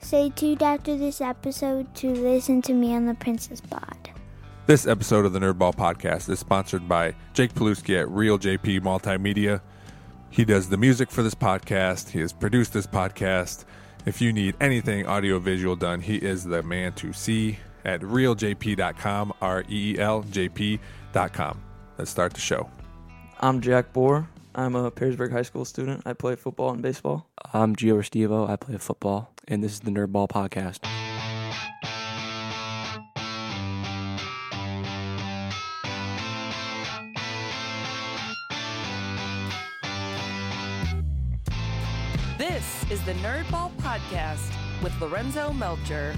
Stay tuned after this episode to listen to me on the Princess Pod. This episode of the Nerdball Podcast is sponsored by Jake Paluski at Real JP Multimedia. He does the music for this podcast. He has produced this podcast. If you need anything audiovisual done, he is the man to see at realjp.com, R E E L J P.com. Let's start the show. I'm Jack Bohr. I'm a Perrysburg High School student. I play football and baseball. I'm Gio Restivo. I play football, and this is the Nerdball Podcast. This is the Nerdball Podcast with Lorenzo Melcher.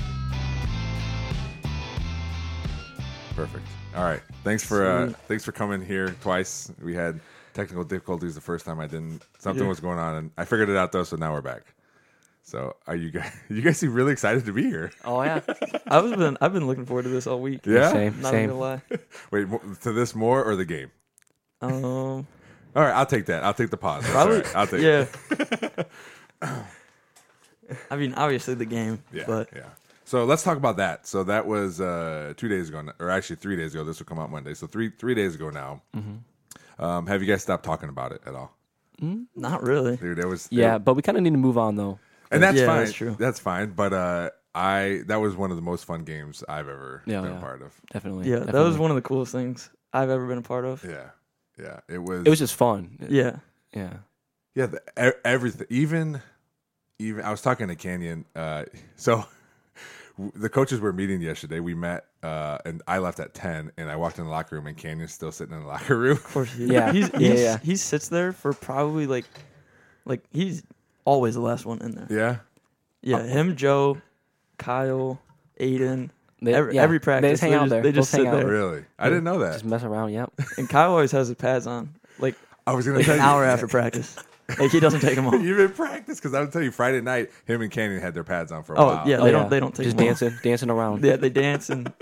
Perfect. All right. Thanks for uh, thanks for coming here twice. We had technical difficulties the first time. I didn't. Something was going on, and I figured it out though. So now we're back. So are you guys? You guys seem really excited to be here. Oh yeah, I was been I've been looking forward to this all week. Yeah. same, Not same. gonna lie. Wait, mo- to this more or the game? Um, All right, I'll take that. I'll take the pause. That's all Probably- right. I'll take. yeah. I mean, obviously the game, Yeah, but yeah. So let's talk about that. So that was uh, two days ago, or actually three days ago. This will come out Monday. So three three days ago now. Mm-hmm. Um, have you guys stopped talking about it at all? not really. Dude, there was Mm-hmm. yeah, but we kind of need to move on though. and that's Yeah, fine. that's true. fine. But uh, I that was one of the most fun games I've ever Yeah, been a yeah. part of. Definitely. Yeah, that definitely. was one of the coolest things I've ever been a part of. Yeah, yeah. It was. It was just fun. Yeah, yeah. Yeah, the, e- everything. Even, even I was talking to Canyon. Uh, so w- the coaches were meeting yesterday. We met, uh, and I left at ten, and I walked in the locker room, and Canyon's still sitting in the locker room. of course. He, Yeah, he's, yeah, he's, yeah. He sits there for probably like, like he's always the last one in there. yeah, Yeah, him, Joe, Kyle, Aiden. They- every, yeah. every practice, hang they out just, there. They They'll just hang sit out there, really. I didn't know that. Just mess around. Yep. Oh, and Kyle always has his pads on, like I was gonna like tell an you hour after practice. Like he doesn't take them off. You've been practice because I would tell you Friday night, him and Canyon had their pads on for a Oh, while. yeah. They don't- they don't take just them off. dancing, dancing around. Yeah, they dance and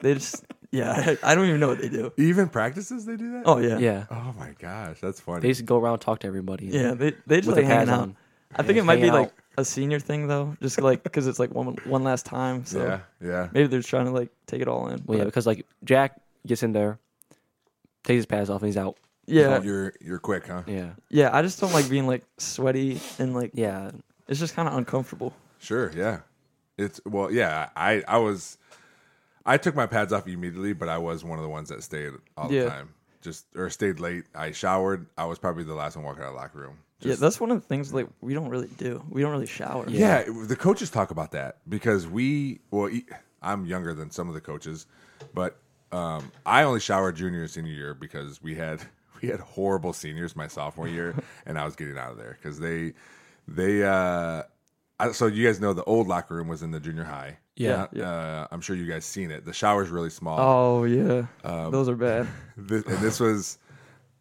they just yeah. I don't even know what they do. even practices they do that. Oh yeah, yeah. Oh my gosh, that's They funny. used to go around, talk to everybody. yeah. They they just With like their pads hanging out. on. I think it might be hanging out. like a senior thing though, just like because it's like one one last time. So yeah, yeah. maybe they're just trying to like take it all in. Well, yeah, but- because like Jack gets in there, takes his pads off, and he's out. yeah, You're you're quick, huh? Yeah. yeah. I just don't like being like sweaty and like Yeah. it's just kind of uncomfortable. Sure, yeah. It's well, yeah. I I was I took my pads off immediately, but I was one of the ones that stayed all the Yeah. time. Just or stayed late. I showered. I was probably the last one walking out of the locker room. yeah, that's one of the things like we don't really do. We don't really shower. Yeah, it- the coaches talk about that because we well, e- I'm younger than some of the coaches, but um, I only showered junior and senior year because we had we had horrible seniors my sophomore year, and I was getting out of there because they they uh, I, so you guys know the old locker room was in the junior high. Yeah. Uh, I'm sure you guys seen it. The shower's really small. Oh yeah, those are bad. This, and this was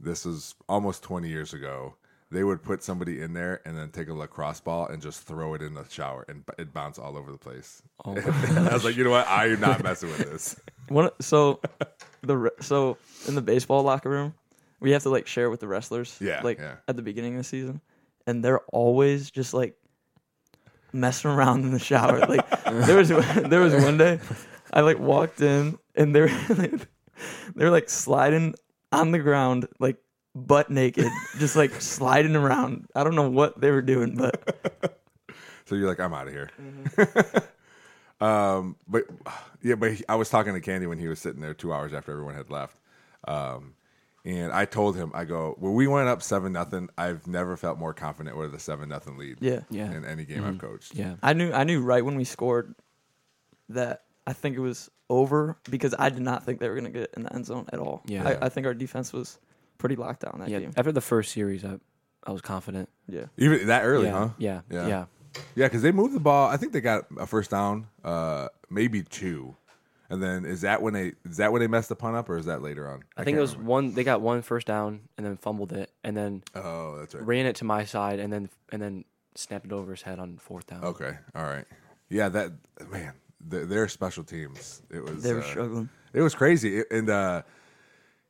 this was almost 20 years ago. They would put somebody in there and then take a lacrosse ball and just throw it in the shower and b- it bounced all over the place. Oh my And I was like, you know what? I am not messing with this. One so the re- so in the baseball locker room, we have to like share with the wrestlers. Yeah, like yeah. at the beginning of the season, and they're always just like messing around in the shower. Like there was there was one day I like walked in and they were like, they were like sliding on the ground like butt naked, just like sliding around. I don't know what they were doing, but So you're like, I'm out of here. Mm-hmm. um, but yeah, but he- I was talking to Candy when he was sitting there two hours after everyone had left. Um, and I told him, I go, when we went up seven nothing, I've never felt more confident with a seven nothing lead. yeah, Yeah. Mm-hmm. In any game I've coached. Yeah. I knew I knew right when we scored that I think it was over because I did not think they were going to get in the end zone at all. Yeah. I, I think our defense was pretty locked down that Yeah. game. After the first series, I, I was confident. Yeah, Even that early, yeah, huh? yeah. Yeah. Yeah. Yeah, because they moved the ball. I think they got a first down, uh, maybe two, and then is that when they is that when they messed the punt up, or is that later on? I, think can't it was remember. one. They got one first down and then fumbled it, and then Oh, that's right. ran it to my side, and then and then snapped it over his head on fourth down. Okay, all right. Yeah, that man, th- their special teams. It was they were uh, struggling. It was crazy, It- and uh,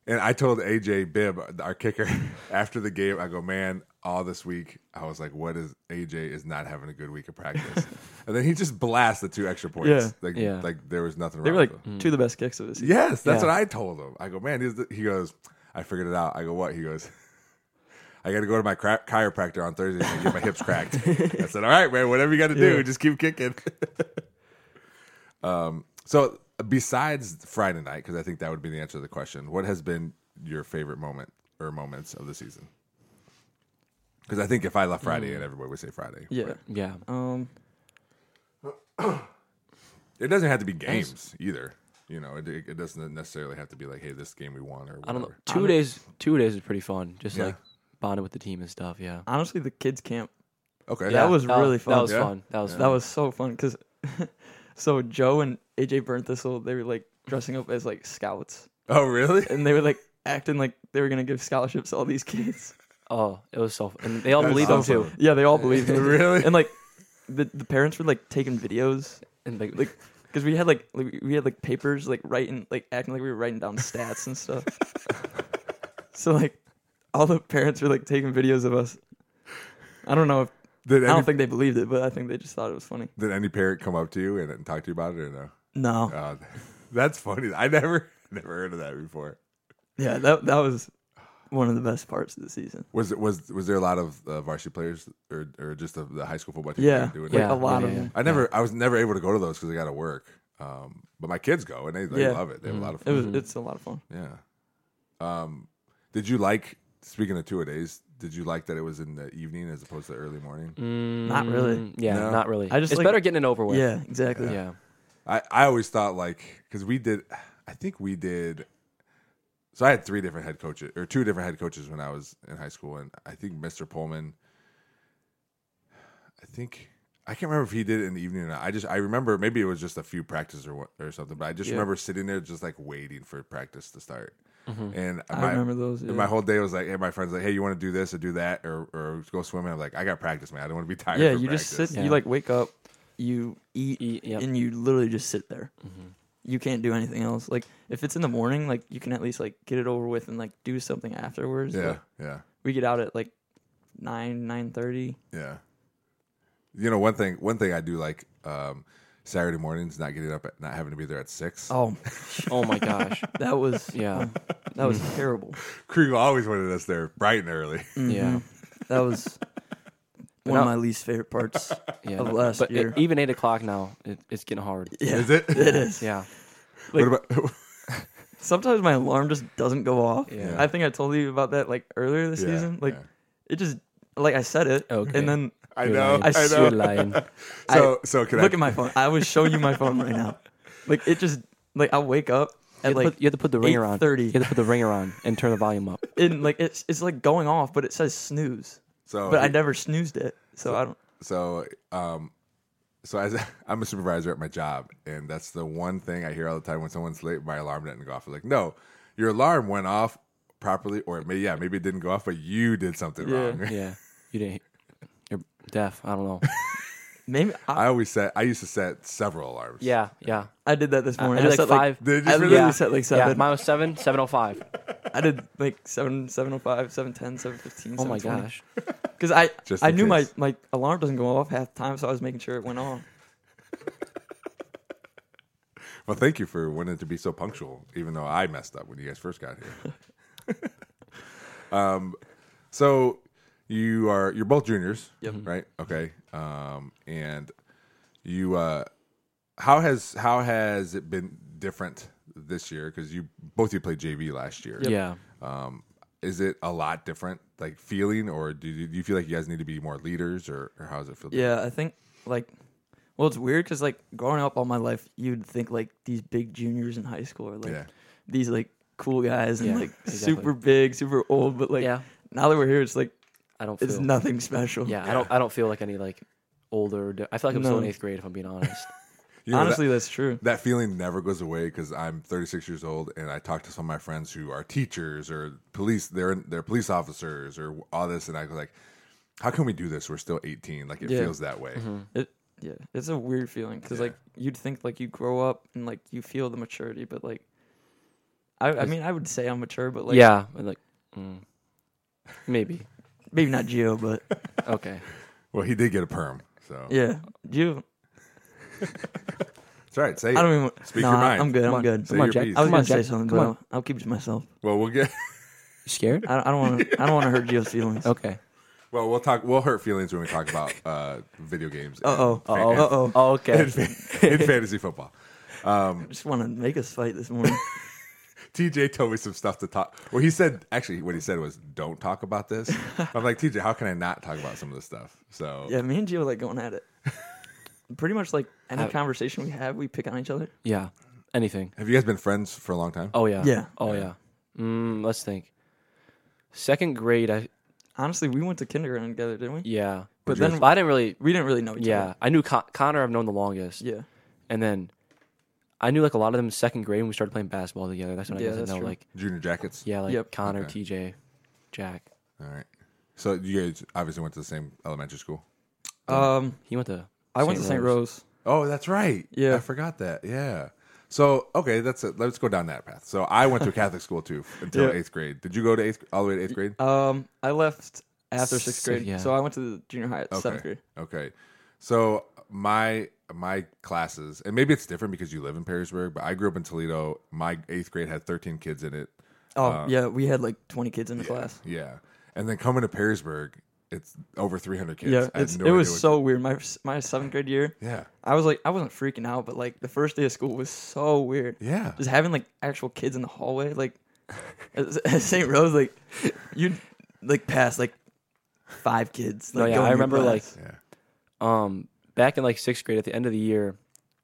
And I told AJ Bibb, our kicker, after the game, I go, man, all this week, I was like, what is AJ is not having a good week of practice. and then he just blasts the two extra points. Yeah. Like, Yeah. like there was nothing wrong They were with like it. two of the best kicks of the season. Yes, that's Yeah. what I told him. I go, man, he's the, he goes, I figured it out. I go, what? He goes, I got to go to my cra- chiropractor on Thursday and get my hips cracked. I said, all right, man, whatever you got to do, just keep kicking. um, so besides Friday night, because I think that would be the answer to the question, what has been your favorite moment or moments of the season? Because I think if I left Friday, and everybody would say Friday. Yeah. Mm. Yeah. Um, It doesn't have to be games either. You know, it, it doesn't necessarily have to be like, hey, this game we won or whatever. I don't know. 2 days. Two days is pretty fun. Just Yeah. like bonding with the team and stuff. Yeah. honestly, the kids camp Okay. That was really That fun. was Yeah. fun. That was that fun. was so fun because so Joe and AJ Burnt Thistle they were like dressing up as like scouts Oh, really? and they were like acting like they were gonna give scholarships to all these kids. Oh, it was so. Fun. And they all That was believed him awesome. too. Yeah, they all believed it. Really? And like the the parents were like taking videos And like, like because we had like, like we had like papers like writing like acting like we were writing down stats and stuff. so like all the parents were like taking videos of us. I don't know if Did any, I don't think they believed it, but I think they just thought it was funny. did any parent come up to you and, and talk to you about it or no? No, Uh, that's funny. I never never heard of that before. yeah, that that was one of the best parts of the season. Was it was was there a lot of uh, varsity players or or just the, the high school football team Yeah, that doing like it? a Yeah. lot of yeah, them. I never I was never able to go to those because I got to work. Um, but my kids go and they, they Yeah. Mm-hmm. love it. They have a lot of It fun. was it's a lot of fun. yeah. Um, did you like speaking of two a days? Did you like that it was in the evening as opposed to early morning? Not really. Mm, Yeah. No. Not really. I just, It's like- better getting it over with. Yeah, exactly. Yeah. I, I always thought like because we did I think we did so I had three different head coaches or two different head coaches when I was in high school and I think Mr. Pullman I think I can't remember if he did it in the evening or not. I just I remember maybe it was just a few practices or what or something, but I just remember sitting there just like waiting for practice to start. Mm-hmm. And Mm-hmm. I my, remember those. Yeah. and my whole day was like, hey, my friends like, hey, you want to do this or do that or or go swimming? I'm like, I got practice, man. I don't want to be tired. yeah, for you practice. just sit. Yeah. You like wake up, you eat, Eat, yep. Mm-hmm. and you literally just sit there. You can't do anything else. Like if it's in the morning, like you can at least like get it over with and like do something afterwards. Yeah, Like, yeah. we get out at like nine nine thirty. Yeah. You know, one thing one thing I do like um Saturday mornings, not getting up at not having to be there at six. Oh, Oh my gosh. that was Yeah. Mm-hmm. that was terrible. Kriegel always wanted us there bright and early. Yeah. Mm-hmm. That was one now- of my least favorite parts. Yeah. Of last but it- year. even eight o'clock now, it, it's getting hard. Yeah, Is it? It is. Yeah. what about Sometimes my alarm just doesn't go off. Yeah. I think I told you about that like earlier this Yeah, season. Like yeah. it just like I said it, Okay. and then I You're know. lying. I I know. You're lying. So so can look I at my phone. I was showing you my phone right now. Like it just like I wake up You and have, like to put, you have to put the ringer on. 8:30. You have to put the ringer on and turn the volume up. and like it's it's like going off, but it says snooze. so But I never snoozed it, so I don't. so um so as I'm a supervisor at my job and that's the one thing I hear all the time when someone's late, my alarm didn't go off. I'm like, no, your alarm went off properly or it may yeah, maybe it didn't go off, but you did something Yeah. wrong. Yeah. You didn't. You're deaf. I don't know. Maybe I, I always set I used to set several alarms. Yeah. Yeah. I did that this I morning. did set like five. Did you I really? literally set like yeah. seven. Mine was seven. Seven oh five. I did like seven, seven oh five, seven ten, seven fifteen. Oh my gosh. Because I Just I in knew my, case. my alarm doesn't go off half the time, so I was making sure it went off. Well, thank you for wanting to be so punctual, even though I messed up when you guys first got here. um, so you are you're both juniors, Yep. right? Okay, um, and you uh, how has how has it been different this year? Because you both you played JV last year. Yeah. Um, is it a lot different, like feeling, or do you, do you feel like you guys need to be more leaders, or, or how does it feel? Yeah, I think like, well, it's weird because like growing up all my life, you'd think like these big juniors in high school are like Yeah. these like cool guys and Yeah, like exactly. super big, super old, but like Yeah. now that we're here, it's like I don't. Feel, it's nothing special. Yeah, I don't. I don't feel like any like older. di- I feel like I'm still in No. eighth grade. If I'm being honest. You know, that- honestly, that's true. that feeling never goes away because I'm 36 years old and I talk to some of my friends who are teachers or police. They're they're police officers or all this, and I go like, "How can we do this? We're still 18. Like it Yeah. Mm-hmm. feels that way." It yeah, it's a weird feeling because Yeah. like you'd think like you grow up and like you feel the maturity, but like I, I mean, I would say I'm mature, but like, yeah, but, like mm, maybe. maybe not Gio, but Okay. Well, he did get a perm, so yeah, Gio. that's right. Say I don't it. even. Speak nah, your mind. I'm good. Come I'm on. good. Say Come on, your Jack. piece. I was Come on, gonna say Jack. something, Come but on. I'll- I'll keep it to myself. Well, we'll get. You scared? I, I don't want to. I don't want to hurt Gio's feelings. Okay. Well, we'll talk. We'll hurt feelings when we talk about uh, video games. and Uh-oh. fa- Uh-oh. and- Uh oh. Oh, okay. and fa- in fantasy football. Just want to make us fight this morning. TJ told me some stuff to talk. Well, he said actually what he said was don't talk about this. I'm like TJ, how can I not talk about some of this stuff? So yeah, me and Gio like going at it. Pretty much like any I- conversation we have, we pick on each other. Yeah. Anything. have you guys been friends for a long time? Oh yeah. Yeah. Oh yeah. Mm, let's think. Second grade, I Honestly, we went to kindergarten together, didn't we? yeah. But But then- then I didn't really. We didn't really know each Yeah, other. I knew Con- Connor. I've known the longest. Yeah. And then I knew like a lot of them in second grade when we started playing basketball together. That's when Yeah, I got that's to know true. like Junior jackets. yeah, like Yep. Connor, Okay. TJ, Jack. All right. So you guys obviously went to the same elementary school. Um, He went to I went to St. Rose. Oh, that's right. Yeah. I forgot that. Yeah. So okay, that's it. Let's go down that path. So I went to a Catholic school too f- until Yeah. eighth grade. Did you go to eighth all the way to eighth grade? Um, I left after sixth Sick, grade, yeah. so I went to the junior high at Okay. seventh grade. Okay. So my my classes, and maybe it's different because you live in Perrysburg, but I grew up in Toledo. My eighth grade had thirteen kids in it. Oh yeah, we had like 20 kids in the class. Yeah. And then coming to Perrysburg, it's over three hundred kids. Yeah, I had it's, no it idea was what- so weird. My my seventh grade year, Yeah. I was like, I wasn't freaking out, but like the first day of school was so weird. Yeah. just having like actual kids in the hallway, like at at St. Rose, like you like pass like five kids. Like, No, yeah, going I to remember like class. Yeah. um back in like sixth grade at the end of the year,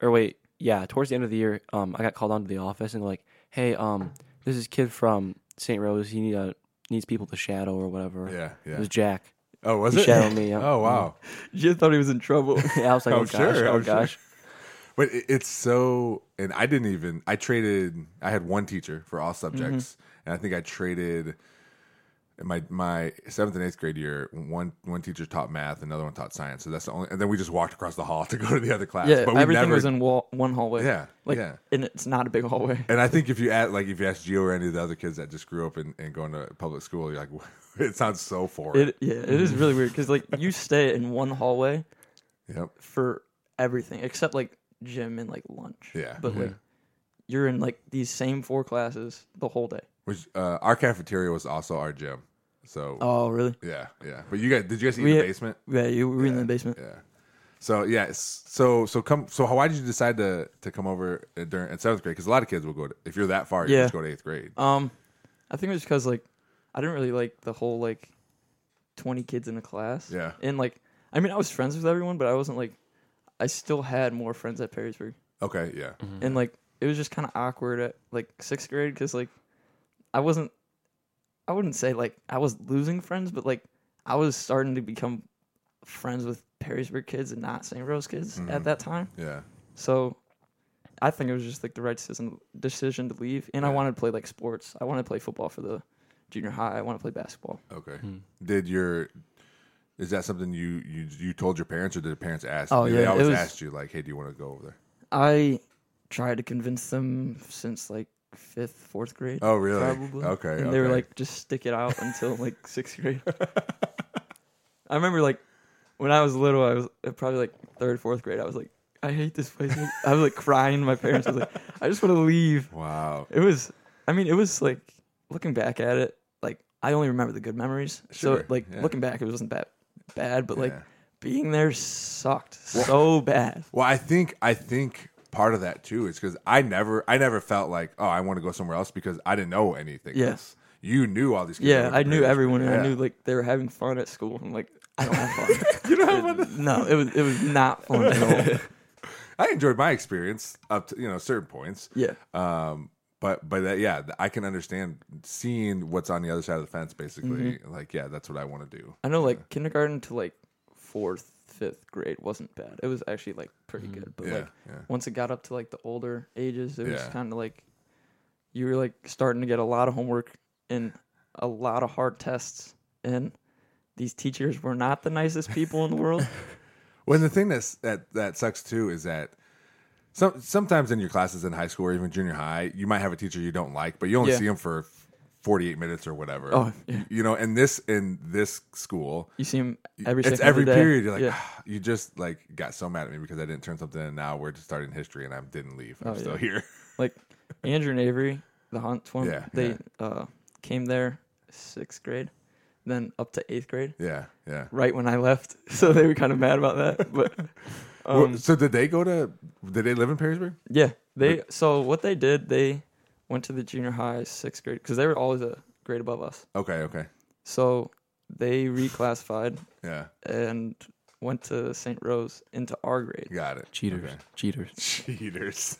or wait, yeah, towards the end of the year, um I got called onto the office and like, hey, um this is kid from St. Rose. He need uh needs people to shadow or whatever. Yeah, yeah. It was Jack. Oh, was He it? shadowed me, yeah. Oh Mm-hmm. wow. you thought he was in trouble. Yeah, I was like, I'm oh gosh, sure, oh I'm sure. gosh. But it, it's so, and I didn't even. I traded. I had one teacher for all subjects, Mm-hmm. and I think I traded. in My my seventh and eighth grade year, one one teacher taught math, another one taught science. So that's the only. And then we just walked across the hall to go to the other class. yeah, but we everything never, was in wall, one hallway. Yeah, like yeah. and it's not a big hallway. And I think if you ask, like if you ask Gio or any of the other kids that just grew up and, and going to public school, you're like, it sounds so foreign. It yeah, it is really weird because like you stay in one hallway yep. for everything except like gym and like lunch. Yeah. Mm-hmm. but like you're in like these same four classes the whole day. Which uh, our cafeteria was also our gym. So Oh really? yeah, yeah. But you guys, did you guys eat We in the had- basement? Yeah, you were in the basement. Yeah. So yeah, s- so so come. So how, why did you decide to to come over uh, during in seventh grade? Because a lot of kids will go. To, if you're that far, you Yeah. just go to eighth grade. Um, I think it was because like I didn't really like the whole like twenty kids in a class. Yeah. and like I mean I was friends with everyone, but I wasn't like I still had more friends at Perrysburg, Okay, yeah, and like it was just kind of awkward at like sixth grade because like I wasn't I wouldn't say like I was losing friends, but like I was starting to become friends with Perrysburg kids and not St. Rose kids at that time. yeah, So I think it was just like the right decision decision to leave. And I wanted to play like sports. I wanted to play football for the junior high. I want to play basketball. okay. Mm-hmm. Did your is that something you you you told your parents or did the parents ask? Oh, they yeah, it always was- asked you like, hey, do you want to go over there? I tried to convince them since like fifth, fourth grade. Oh, really? Probably. Okay, And they were okay. like, just stick it out until like sixth grade. I remember like when I was little, I was uh, probably like third, fourth grade. I was like, I hate this place. I was like crying. to My parents I was like, I just want to leave. Wow. It was. I mean, it was like looking back at it. Like I only remember the good memories. Sure, so like yeah. looking back, it wasn't that bad. But like Yeah. being there sucked so bad. Well, I think I think part of that too is because I never I never felt like oh I want to go somewhere else because I didn't know anything. Yeah. Else. You knew all these. kids Yeah, that I lived in knew Perrysburg. everyone, and I Yeah. knew like they were having fun at school. I'm like, I don't have fun. you don't have fun. No, it was it was not fun at all. I enjoyed my experience up to you know certain points. Yeah, Um, but but that, yeah, th- I can understand seeing what's on the other side of the fence. Basically, Mm-hmm. like yeah, that's what I want to do. I know. Like kindergarten to like fourth, fifth grade wasn't bad. It was actually like pretty good. But Mm-hmm. Yeah, like yeah. once it got up to like the older ages, it was Yeah. kind of like you were like starting to get a lot of homework and a lot of hard tests, and these teachers were not the nicest people in the world. Well, and the thing that's that that sucks too is that Some, sometimes in your classes in high school or even junior high, you might have a teacher you don't like, but you only Yeah. see them for 48 minutes or whatever. Oh, yeah. You know, and this in this school, You see him every it's second of every the day. period. You're like, "Ah." Yeah. you just like got so mad at me because I didn't turn something in. Now we're just starting history, and I didn't leave. I'm Oh, still yeah. here. like Andrew and Avery, the hunt one. Yeah, they yeah. uh came there sixth grade, then up to eighth grade. yeah, yeah. Right when I left, so they were kind of mad about that. But Well, um, so did they go to? Did they live in Perrysburg? yeah, they so what they did, they went to the junior high sixth grade because they were always a grade above us. Okay, okay, So they reclassified yeah, and went to St. Rose into our grade. got it. Cheaters. Okay. Cheaters. Cheaters.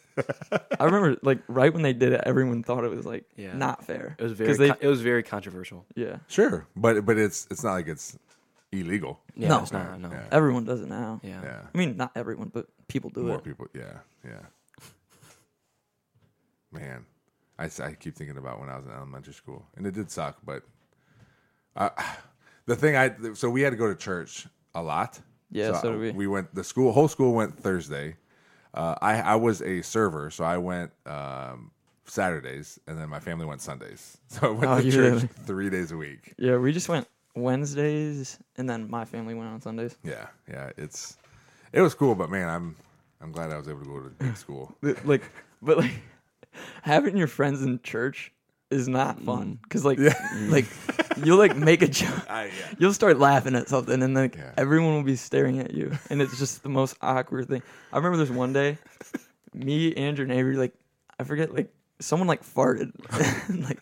I remember like right when they did it, everyone thought it was like Yeah. not fair. It was 'Cause very. they, con- it was very controversial. yeah. Sure, but but it's it's not like it's illegal. Yeah, No. it's not. No. Yeah. Yeah. Everyone does it now. Yeah, I mean, not everyone, but people do more it. people. Yeah, yeah. Man, I, s- I keep thinking about when I was in elementary school, and it did suck. But I, the thing I so we had to go to church a lot. Yeah, so did we. We went the school whole school went Thursday. Uh, I I was a server, so I went um, Saturdays, and then my family went Sundays. So I went Oh, to you church really- three days a week. Yeah, we just went Wednesdays, and then my family went on Sundays. Yeah, yeah. It's it was cool, but man, I'm I'm glad I was able to go to good school. Th- Like, but like having your friends in church is not fun because like like you'll like make a joke, I, yeah. you'll start laughing at something, and like Yeah. everyone will be staring at you, and it's just the most awkward thing. I remember this one day, me, Andrew, and Avery, like I forget, like someone like farted, and, like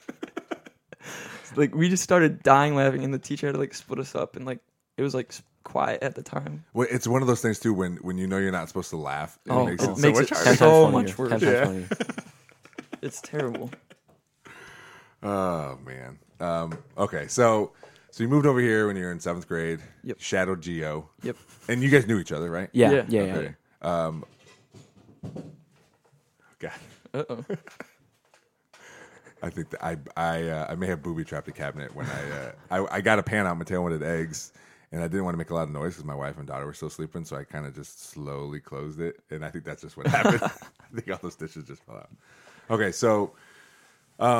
like we just started dying laughing, and the teacher had to like split us up, and like it was like s- quiet at the time. Well, it's one of those things too when when you know you're not supposed to laugh. It Oh, makes it it, so makes much it harder. Ten times So funnier. much worse. Ten times funnier. It's terrible. Oh man. Um, okay, so so you moved over here when you were in seventh grade. Yep. Shadowed Geo. Yep. And you guys knew each other, right? Yeah. Yeah. Yeah. Yeah. Okay. Um, God, Uh oh. I think that I I uh, I may have booby trapped a cabinet when I, uh, I I got a pan out. Mateo wanted eggs, and I didn't want to make a lot of noise because my wife and daughter were still sleeping. So I kind of just slowly closed it, and I think that's just what happened. I think all those dishes just fell out. Okay, so um,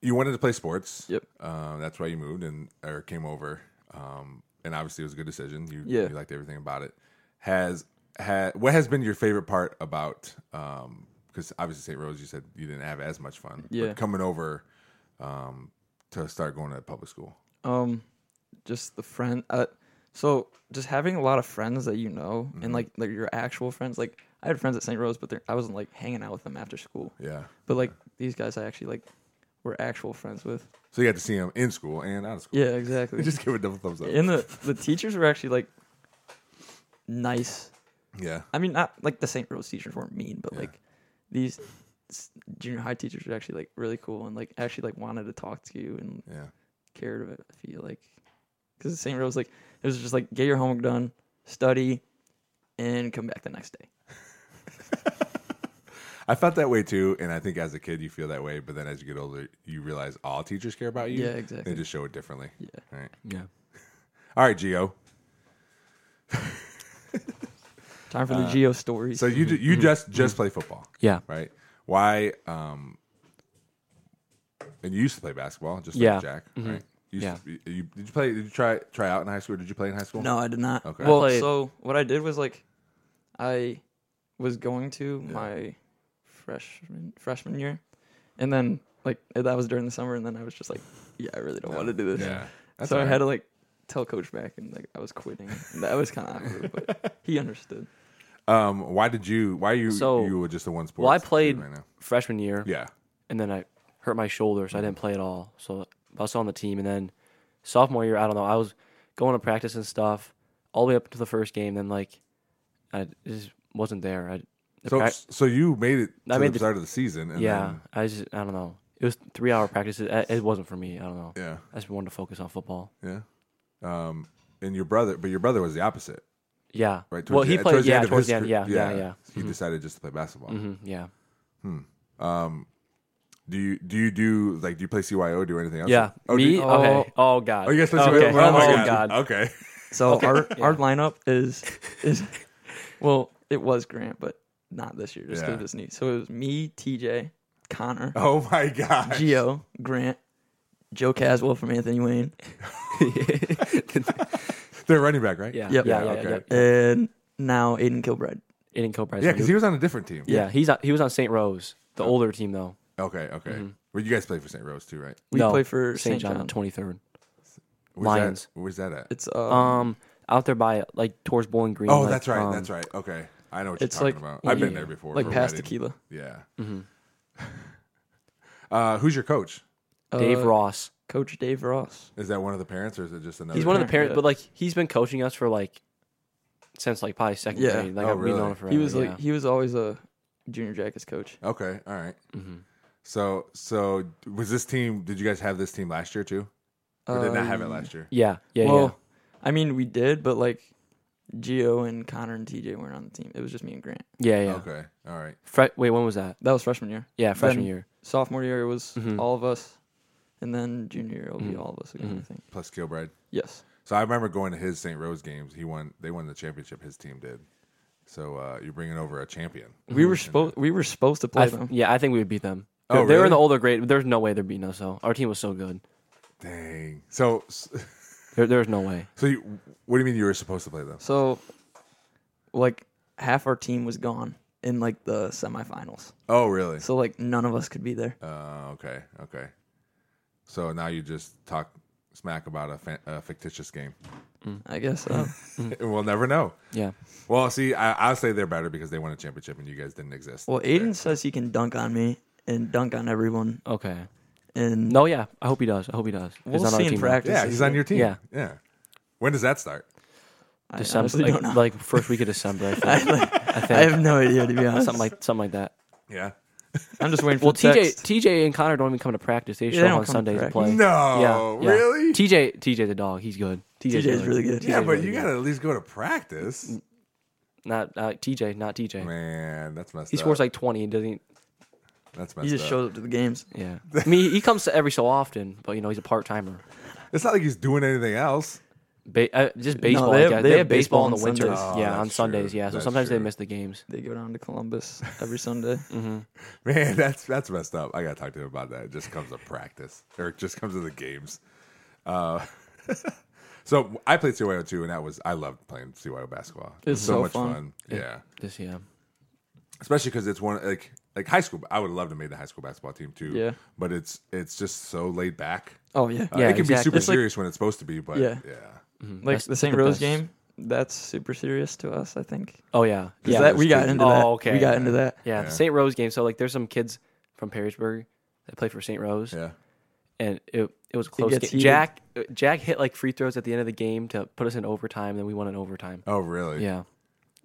you wanted to play sports. Yep. Um, that's why you moved and or came over. Um, and obviously it was a good decision. You Yeah. you liked everything about it. Has had what has been your favorite part about um because obviously St. Rose you said you didn't have as much fun. but Yeah. coming over um to start going to public school. Um, just the friend. Uh, so just having a lot of friends that you know Mm-hmm. and like like your actual friends. Like I had friends at St. Rose, but they're- I wasn't like hanging out with them after school. Yeah. But like these guys, I actually like were actual friends with. So you got to see him in school and out of school. Yeah, exactly. Just give it double thumbs up. and the the teachers were actually like nice. yeah. I mean, not like the St. Rose teachers weren't mean, but like these s- junior high teachers were actually like really cool and like actually like wanted to talk to you and Yeah. cared of it. I feel like because St. Rose like it was just like get your homework done, study, and come back the next day. I felt that way too, and I think as a kid you feel that way, but then as you get older you realize all teachers care about you. Yeah, exactly. They just show it differently. Yeah. Right. Yeah. All right, Geo. Time for the geo stories. Uh, So you ju- you just Mm-hmm. just play football, Yeah. right? Why? Um, and you used to play basketball, just like Yeah. Jack, Mhm. right? You used to- you- did you play? Did you try try out in high school? Did you play in high school? no, I did not. Okay. Well, Played- so what I did was like I was going to my freshman freshman year, and then like that was during the summer, and then I was just like, yeah, I really don't want to do this. Yeah. That's so all I had right. to like tell coach back, and like I was quitting. And that was kind of awkward, but he understood. Um, why did you? Why you? So- you were just the one sport. Well, I played Right now. freshman year. Yeah. and then I hurt my shoulder, so I didn't play at all. So I was on the team, and then sophomore year, I don't know. I was going to practice and stuff all the way up to the first game. Then like, I just wasn't there. I the So prac- so you made it I to made the the- start of the season. And yeah, I just I don't know. It was three hour practice. It, it wasn't for me. I don't know. Then, I just wanted to focus on football. yeah. Yeah. Um, and your brother, but your brother was the opposite, Yeah. right? well, the- he played. yeah, of his towards the end. cre- Yeah, yeah, yeah. Mm-hmm. He decided just to play basketball. Um, hmm yeah. Mm-hmm. Do you do you do like do you play CYO? Do anything else? Yeah. Oh, do me. you- oh, okay. Oh God. Oh, you guys play CYO? okay. Oh, my oh God. Okay. So our our lineup is is well, it was Grant, but not this year just because Yeah. of his knee. So it was me, TJ, Connor, Oh my god. Geo, Grant, Joe Caswell from Anthony Wayne, They're running back, right? yeah, Yep. yeah, Yeah, yeah, okay. yeah, yeah. and now Aiden Kilbride. Aiden Kilbride's Yeah, on because the- he was on a different team. yeah, he's on, he was on St. Rose, the older team though. Okay, okay. Mm-hmm. Well, you guys played for St. Rose too, right? We no, play for St. John, John. twenty third. Where's Lions. That, where's that at? It's uh, Um, out there by like towards Bowling Green. oh, like, that's right. um, E, that's right. Okay. I know what you're it's talking like about. when I've been you- there before. like for a past wedding. tequila. Yeah. mm-hmm. uh, who's your coach? Dave Uh, Ross. Coach Dave Ross. Is that one of the parents or is it just another? He's one of the Yeah. parents, but like he's been coaching us for like since like probably second Yeah. grade. Like Oh, I've really? been on for He was like he was always a junior jackets coach. Okay. All right. Mm-hmm. So, so was this team? Did you guys have this team last year too? Or did not have it Um, last year? yeah, yeah, well, I mean we did, but like Geo and Connor and TJ weren't on the team. It was just me and Grant. yeah, yeah, yeah. Okay. All right. Fre- wait, when was that? That was freshman year. Yeah, freshman Then year. Sophomore year was Mhm. all of us, and then junior year will be Mhm. all of us again. Mhm. I think. Plus Kilbride. Yes. So I remember going to his St. Rose games. He won. They won the championship. His team did. So uh, you're bringing over a champion. uh, We were supposed we were supposed to play Mm-hmm. I th- them. yeah, I think we would beat them. Oh, they were really? in the older grade. There's no way they're beating us though. Our team was so good. Dang. So, so There, there's no way. you, what do you mean you were supposed to play them? So, like half our team was gone in like the semifinals. Oh, really? So like none of us could be there. Uh, okay. Okay. So now you just talk smack about a, fa- a fictitious game. I guess. Uh, we'll never know. Yeah, Well, see, I, I'll say they're better because they won a championship and you guys didn't exist. well, Aiden says he can dunk on me and dunk on everyone, okay. and No, yeah. I hope he does. I hope he does. He's We'll on our see in team now. practice. yeah, he's on your team. Yeah. Yeah. When does that start? I December, honestly don't know. like, like first week of December. I think. I I think. have no idea to be honest. something like something like that. Yeah. I'm just waiting for Well, the TJ, text. TJ, and Connor don't even come to practice. They show they don't come up on to Sundays to practice. play. No, really? TJ, TJ's a dog. He's good. TJ's, TJ is really good. yeah, but you really got to at least go to practice. Not uh, TJ, not TJ. Man, that's messed He up. scores like twenty and doesn't. that's messed He just up. shows up to the games. Yeah, I mean he comes every so often, but you know he's a part timer. it's not like he's doing anything else. Ba- uh, just baseball. they I have- guess. they have baseball baseball in the on winter. Sundays. Oh, yeah, on that's Sundays. true. Yeah, so That's sometimes they true. miss the games. They go down to Columbus every Sunday. Man, that's that's messed up. I gotta talk to him about that. It just comes to practice, or it just comes to the games. Uh, so I played CYO too, and that was I loved playing CYO basketball. It was It's so much fun. yeah. This yeah, especially because it's one like like high school. I would love to make the high school basketball team too. Yeah. but it's it's just so laid back. Oh yeah, Uh, Yeah, it can be exactly. super It's like- serious when it's supposed to be, but yeah, Yeah. like Mm-hmm. That's the St. the Rose best. game. That's super serious to us. I think. Oh yeah, 'Cause yeah. that- we got true. into Oh, that. okay. We got into that. yeah, Yeah. the St. Rose game. So like, there's some kids from Perrysburg that play for St. Rose, yeah. and it it was a close gets game. heated. Jack uh, Jack hit like free throws at the end of the game to put us in overtime. Then we won in overtime. Oh, really? Yeah,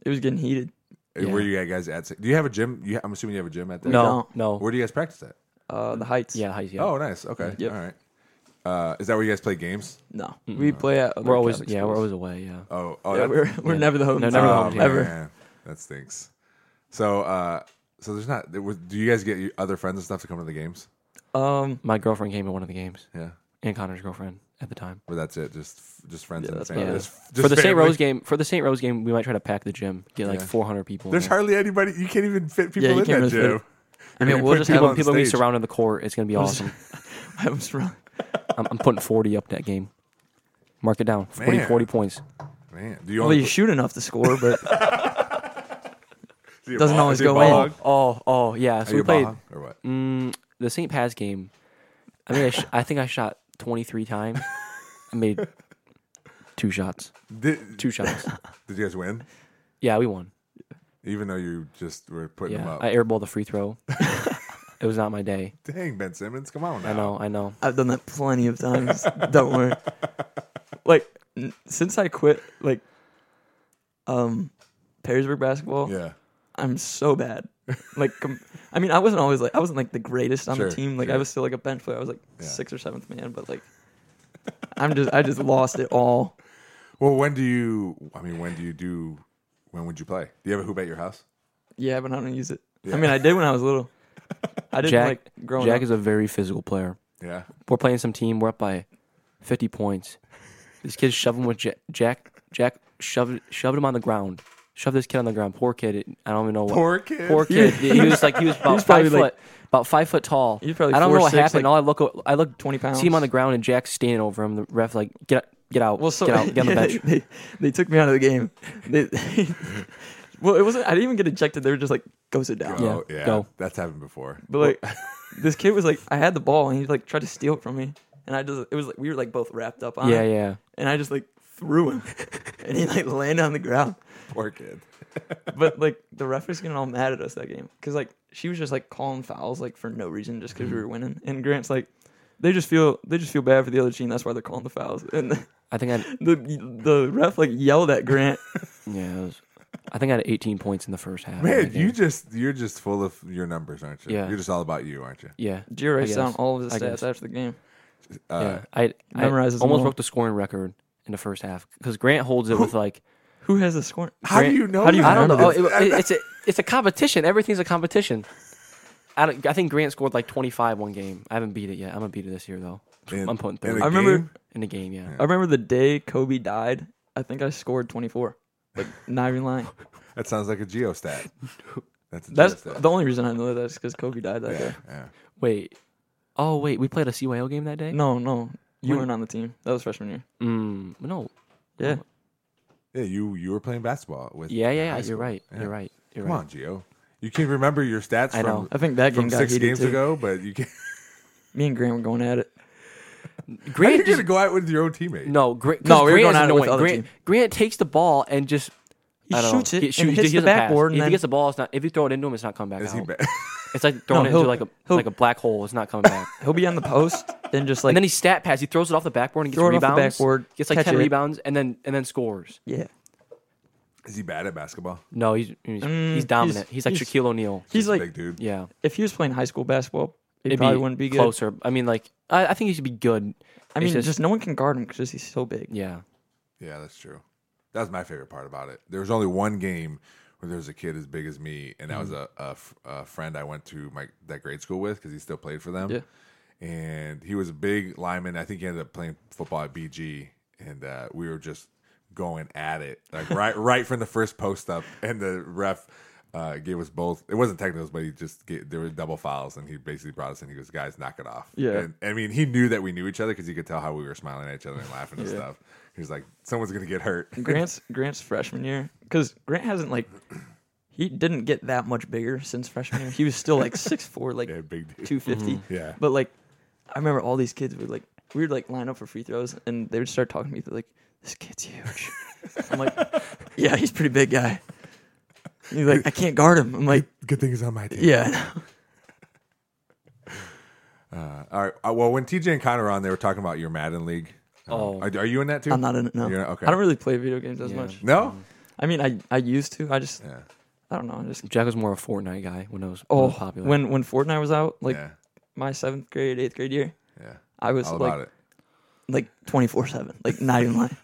It was getting heated. Uh, Where you guys at? Do you have a gym? You, I'm assuming you have a gym at there. no, don't. no. Where do you guys practice at? Uh, the Heights. Yeah, Heights, yeah. Oh, nice. Okay. Yep. All right. Uh, is that where you guys play games? No, we play at. Other we're always Catholic yeah, we're schools. always away. Yeah. Oh, oh, Yeah, that- we're we're yeah. never the home. No, team. never the oh, home team. Ever. man. That stinks. So, uh, so there's not. There was, do you guys get your other friends and stuff to come to the games? Um, My girlfriend came to one of the games, Yeah. and Connor's girlfriend at the time. But that's it. Just just friends and that's family. about it. Just, just for the St. family. Rose game, for the St. Rose game, we might try to pack the gym, get like Yeah. 400 people. in There's there. hardly anybody. You can't even fit people Yeah, you in can't that really gym. fit it. I mean, You we'll put just people have on them. the people will be stage. surrounding the court. It's gonna be awesome. I'm surrounded. I'm, I'm putting 40 up that game. Mark it down. 40, Man. 40 points. Man, do you Well, only you shoot enough to score, but do you doesn't bog- always do you go in. bog? Bog? Oh, oh yeah. Are So you we a played bog or what? mm, the St. Pat's game. I mean, I, sh- I think I shot 23 times. I made two shots. Did, Two shots. did you guys win? Yeah, we won. Even though you just were putting them Yeah, up. I airballed the free throw. it was not my day. Dang, Ben Simmons, come on now. I know. I know. I've done that plenty of times. Don't worry. Like n- since I quit, like um, Perrysburg basketball, Yeah, I'm so bad. Like, com- I mean, I wasn't always like I wasn't like the greatest on Sure, the team. Like, I sure. was still like a bench player. I was like Yeah. sixth or seventh man, but like, I'm just I just lost it all. Well, when do you? I mean, when do you do? When would you play? Do you have a hoop at your house? Yeah, but I don't use it. I mean, I did when I was little. I didn't Jack, like growing Jack up. is a very physical player. Yeah. we're playing some team. We're up by 50 points. This kid's shoving with Jack. Jack, Jack shoved, shoved him on the ground. shoved this kid on the ground. Poor kid. I don't even know what. Poor kid. Poor kid. he was like he was about He's probably five foot, like- about five foot tall. He's probably I don't four, know what six, happened. like All I look, I look 20 pounds. See him on the ground and Jack's standing over him. The ref like get get out. Well, so get out. Get on the bench. They, they took me out of the game. They, well, it wasn't. I didn't even get ejected. They were just like, "Go sit down." Oh, Yeah, yeah. go. That's happened before. But like, this kid was like, I had the ball, and he like tried to steal it from me, and I just it was like we were like both wrapped up on Yeah, it, yeah. and I just like threw him, and he like landed on the ground. Poor kid. But like the ref was getting all mad at us that game because like she was just like calling fouls like for no reason just Hmm. because we were winning, and Grant's like. They just feel they just feel bad for the other team. That's why they're calling the fouls. And the I think I the ref like yelled at Grant yeah. It was, I think I had 18 points in the first half. of Man, that you game. just you're just full of your numbers, aren't you? Yeah. You're just all about you, aren't you? yeah. Jiro writes I down guess. all of his I stats guess. after the game. Uh, yeah. I, I memorizes almost them all. broke the scoring record in the first half because Grant holds it with like Who has the score? How do Grant- you know? how do you- that? I don't know. Oh, remember it, it- it's a it's a competition. Everything's a competition. I, don't, I think Grant scored like 25 one game. I haven't beat it yet. I'm gonna beat it this year though. In- I'm putting in a thirty I remember- game? in the game. Yeah. I remember the day Kobe died. I think I scored 24. Like, not even lying. that sounds like a geostat. That's a That's geostat. the only reason I know that is because Kobe died that yeah, day. yeah. Wait. Oh wait, we played a CYO game that day. No, no. You When- weren't on the team. That was freshman year. Mm, no. Yeah. Yeah, you you were playing basketball with Yeah, yeah, high yeah. school. You're right. Yeah. You're right. You're Come right. on, Geo. You can remember your stats I from, know. I think that game from got six heated games too. ago, but you can't. Me and Grant were going at it. How are Grant you just, gonna go out with your own teammate? no. Grant, No, 'cause we were Grant going is at it with annoying. other Grant, team. Grant takes the ball and just He I don't know. shoots it He and shoots- hits he the doesn't pass. backboard and If then- he gets the ball, it's not. If you throw it into him, it's not coming back is out. he bad? It's like throwing No, it he'll- into like a he'll- like a black hole. It's not coming back. He'll be on the post and just like. and then he stat pass. He throws it off the backboard and gets Throw it off rebounds. the backboard, gets like catch ten it. rebounds and then and then scores. yeah. is he bad at basketball? No, he's he's, Mm, he's dominant. he's- He's, like he's- Shaquille O'Neal. He's Just a like, big dude. Yeah, if he was playing high school basketball, he It'd probably wouldn't be good. closer. I mean, like I, I think he should be good. I It's mean, just, no one can guard him because he's so big. yeah. Yeah, that's true. That was my favorite part about it. There was only one game where there was a kid as big as me, and that was a, Mm-hmm. a f- a friend I went to my that grade school with because he still played for them. Yeah. And he was a big lineman. I think he ended up playing football at BG, and uh, we were just going at it, like right right from the first post up, and the ref. Uh, gave us both. It wasn't technicals, but he just ga- there were double fouls, and he basically brought us in. He goes, "Guys, knock it off." Yeah. And, I mean, he knew that we knew each other because he could tell how we were smiling at each other and laughing and Yeah. stuff. He was like, "Someone's gonna get hurt." Grant's Grant's freshman year because Grant hasn't like he didn't get that much bigger since freshman year. He was still like six four, like Yeah, big dude. two fifty. Yeah. But like I remember all these kids would like we would like line up for free throws and they would start talking to me they're like this kid's huge. I'm like, yeah, he's a pretty big guy. And he's like, I can't guard him. I'm like, Good thing he's on my team. yeah, I know." All right. Uh, well, when TJ and Connor were on, they were talking about your Madden league. Um, Oh. Are, are you in that too? I'm not in it. No, You're not- okay. I don't really play video games as Yeah. much. No. I mean, I I used to. I just Yeah. I don't know. I just Jack was more of a Fortnite guy when it was, when it oh was popular. when when Fortnite was out, like yeah. my seventh grade, eighth grade year, Yeah. I was All like about it. like 24 7 like not even lying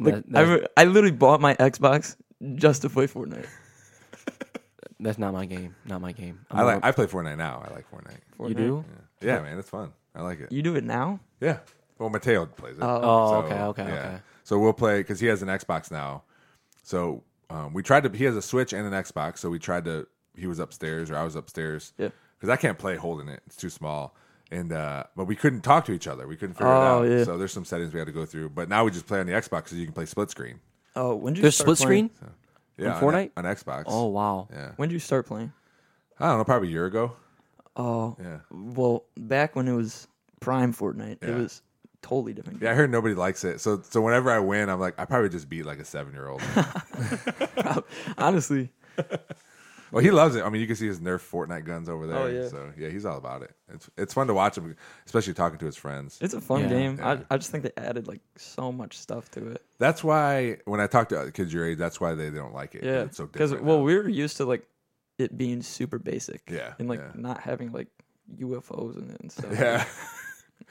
That- I, that's, re- I literally bought my xbox just to play fortnite that's not my game. Not my game. I'm I more like. I play Fortnite now. I like Fortnite. of- you do. Yeah, man, it's fun. I like it. you do it now Yeah. Well, Mateo plays it. Oh. Oh, So, okay, okay, yeah. okay. So we'll play because he has an Xbox now. So um, we tried to. He has a Switch and an Xbox. So we tried to. He was upstairs or I was upstairs. Yeah. Because I can't play holding it. It's too small. And uh, but we couldn't talk to each other. We couldn't figure Oh, it out. yeah. So there's some settings we had to go through. But now we just play on the Xbox so you can play split screen. oh when did you There's start split playing? screen. Yeah. On Fortnite? on, on Xbox. Oh wow. Yeah. when did you start playing I don't know. Probably a year ago. oh Yeah. well back when it was prime fortnite Yeah. it was totally different Yeah. I heard nobody likes it. So so whenever I win, I'm like I probably just beat like a seven year old. honestly Well, he loves it. I mean, you can see his Nerf Fortnite guns over there. Oh, yeah. So yeah, he's all about it. It's it's fun to watch him, especially talking to his friends. it's a fun Yeah. game Yeah. I, I just think they added like so much stuff to it That's why when I talk to other kids your age, that's why they, they don't like it. yeah it's so because different well now. we were used to like it being super basic Yeah, and like yeah. not having like ufos in it and stuff yeah.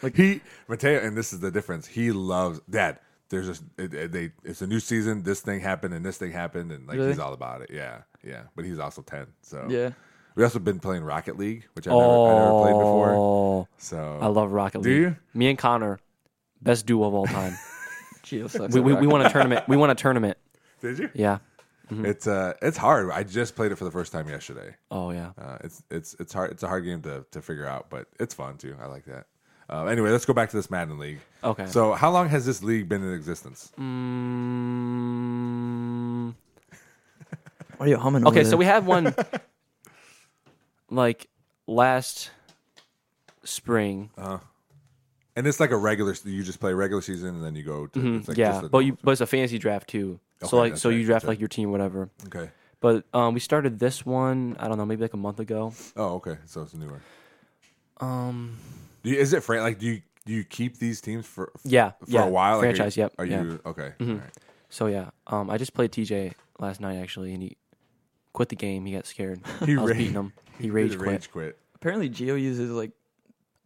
Like- he Mateo, and this is the difference. He loves Dad. There's just it, it- they. It's a new season. This thing happened and this thing happened, and like Really? he's all about it. Yeah, yeah. But he's also ten. So yeah We also been playing Rocket League, which I've, never, i never oh, played before. So I love Rocket League. Do you? Me and Connor, best duo of all time. Geo sucks we, at we we rock. won a tournament. We won a tournament. Did you? Yeah. It's uh, it's hard. I just played it for the first time yesterday. Oh yeah. Uh, it's it's it's hard. It's a hard game to to figure out, but it's fun too. I like that. Uh, anyway, let's go back to this Madden league. Okay. So, how long has this league been in existence? Mm, Why are you humming? okay, over so there? we have one like last spring. And it's like a regular. You just play regular season, and then you go. to it's like Mm-hmm. yeah, just a but you but it's a fantasy draft too. Okay, so like that's so right, you draft that's like your team whatever. okay. But um, we started this one. I don't know, maybe like a month ago. Oh, okay. So it's newer. Um, Do you, is it fra- like do you do you keep these teams for f- Yeah, for yeah. a while? Like, are you- Franchise, yep, Are yeah. Mm-hmm. you okay? all right. so yeah, um, I just played TJ last night actually, and he quit the game. He got scared. He I was rage- beating him. He Did rage the quit. Rage quit. apparently Geo uses like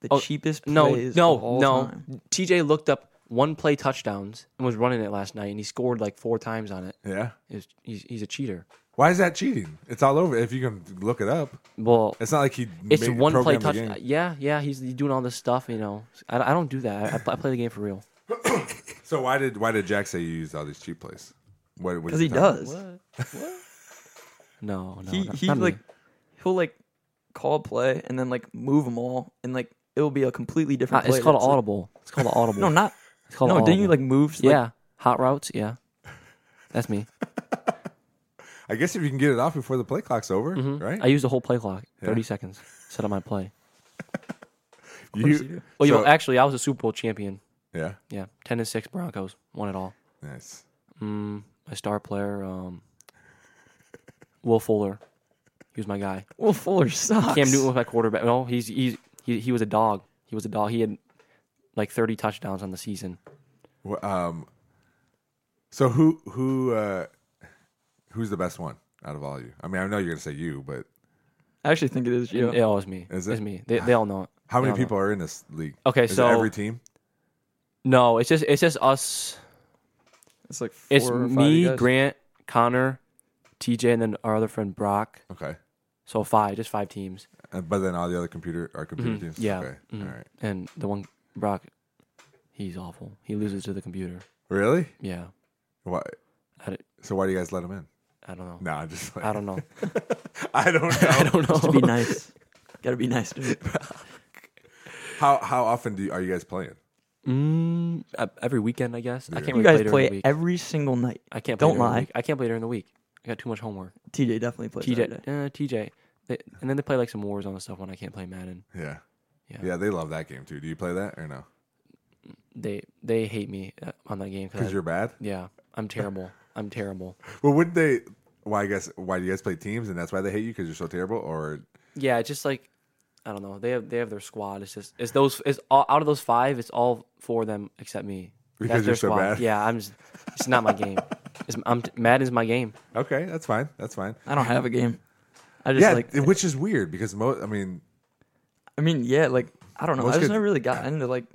the Oh, cheapest No, plays of no, all no. time. TJ looked up one play touchdowns and was running it last night, and he scored like four times on it. Yeah. It was- he's, he's a cheater. Why is that cheating? It's all over. If you can look it up, Well, it's not like he. it's made- one play programmed the touchdown. game. Yeah, yeah. He's, he's doing all this stuff. You know, I, I don't do that. I, I, play, I play the game for real. So why did why did Jack say you used all these cheap plays? What because he does. No, no. He not- he not me. like he'll like call a play and then like move them all and like it'll be a completely Ah, different. it's play called an that's, like- audible. It's called an audible. No, not it's no. called an Didn't you audible. like move? like- yeah, hot routes. Yeah, that's me. I guess if you can get it off before the play clock's over, right? Mm-hmm. I use the whole play clock, thirty Yeah. seconds, set up my play. you, course you do. Well, you so- know, actually, I was a Super Bowl champion. yeah, Yeah, ten and six Broncos won it all. nice. Mm, my star player, um, Will Fuller. He was my guy. Well, Fuller sucks. Cam Newton was my quarterback. No, he's he's he, he was a dog. He was a dog. He had like thirty touchdowns on the season. Wh- Um, so who who uh, who's the best one out of all you? I mean, I know you're gonna say you, but I actually think it is Geo. oh, It all is me. Is It's it? me. They, they all know it. how They many all know it. people are in this league? Okay, Is it so- every team. No, it's just it's just us. It's like four It's or five me, guys. Grant, Connor, TJ, and then our other friend Brock. Okay, So five, just five teams, Uh, but then all the other computer are computer teams. yeah, Okay. mhm. All right. and the one Brock, he's awful. He loses to the computer. Really? Yeah, Why? I, d- So why do you guys let him in? I don't know. No, I'm just. I don't know. I don't know. I don't know. to be nice. Gotta be nice, dude. How how often do you, are you guys playing? Mm, uh, every weekend, I guess. I can't You really guys play during the play week. every single night. I can't. Play don't during the lie. week. I can't play during the week. I got too much homework. TJ definitely plays. every TJ, day. uh, TJ, they, and then they play like some Warzone and stuff when I can't play Madden. Yeah. Yeah. Yeah, they love that game too. Do you play that or no? They they hate me uh, on that game Because because you're bad. yeah, I'm terrible. I'm terrible. Well, would they? Why I guess why do you guys play teams and that's why they hate you because you're so terrible? Or Yeah, it's just like I don't know. They have they have their squad. It's just it's those it's all, out of those five. It's all four of them except me. Because their you're so bad. Yeah, I'm just. It's not my game. It's, I'm Madden's my game. okay, that's fine. That's fine. I don't have a game. I just yeah, like. which is weird because most. I mean, I mean, yeah, like I don't know. Most I just kids- never really got into like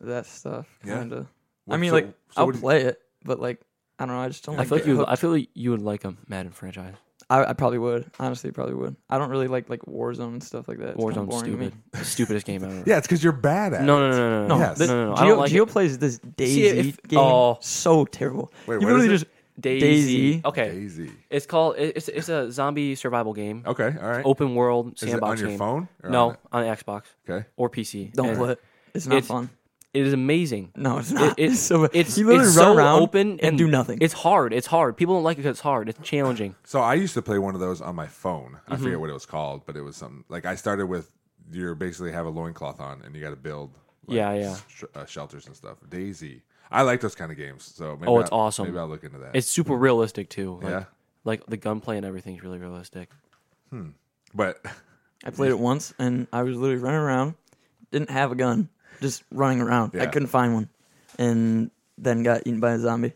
that stuff. Yeah. Kind of. I What- mean, so- like so I'll what do you- play it, but like I don't know. I just don't. I Like feel like get you. hooked. I feel like you would like a Madden franchise. I, I probably would. Honestly, probably would. I don't really like like Warzone and stuff like that. It's kinda Warzone's boring to me. stupid. The stupidest game ever. yeah, it's because you're bad at. No, it. no, no, no, no, No, no, Yes. no, the- no, no. Geo, I don't like Geo it. plays this Daisy if- game. oh. so terrible. Wait, you what is literally it? just Daisy. Okay, Daisy. it's called. it- It's it's a zombie survival game. Okay, all right. Open world is it sandbox on your game. phone? or no, on on, Xbox the- okay. or PC. don't And play it. It's not it's- fun. It is amazing. No, it's It, not. it- it's so bad. it's, you literally it's run so around open and, do nothing. It's hard. It's hard. People don't like it because it's hard. It's challenging. So I used to play one of those on my phone. I Mm-hmm. forget what it was called, but it was something like I started with you basically have a loincloth on and you got to build like, Yeah, yeah. sh- uh, shelters and stuff. Daisy. I like those kind of games. So maybe Oh, it's I'll- awesome. Maybe I'll look into that. It's super realistic too. Like, Yeah. Like the gunplay and everything's really realistic. but I played it once and I was literally running around, didn't have a gun, just running around. I Yeah. couldn't find one, and then got eaten by a zombie.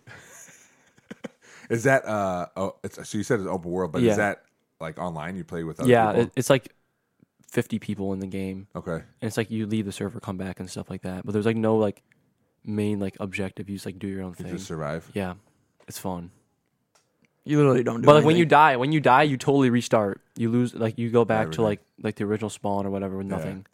is that uh oh it's, so you said it's open world, but Yeah. is that like online you play with other yeah, people? it, it's like fifty people in the game, okay. and it's like you leave the server, come back, and stuff like that. But there's like no like main like objective. You just like do your own You thing. just survive. yeah, it's fun. You literally don't do. But like when you anything. die, when you die, you totally restart. You lose, like you go back to everything. like like the original spawn or whatever with nothing.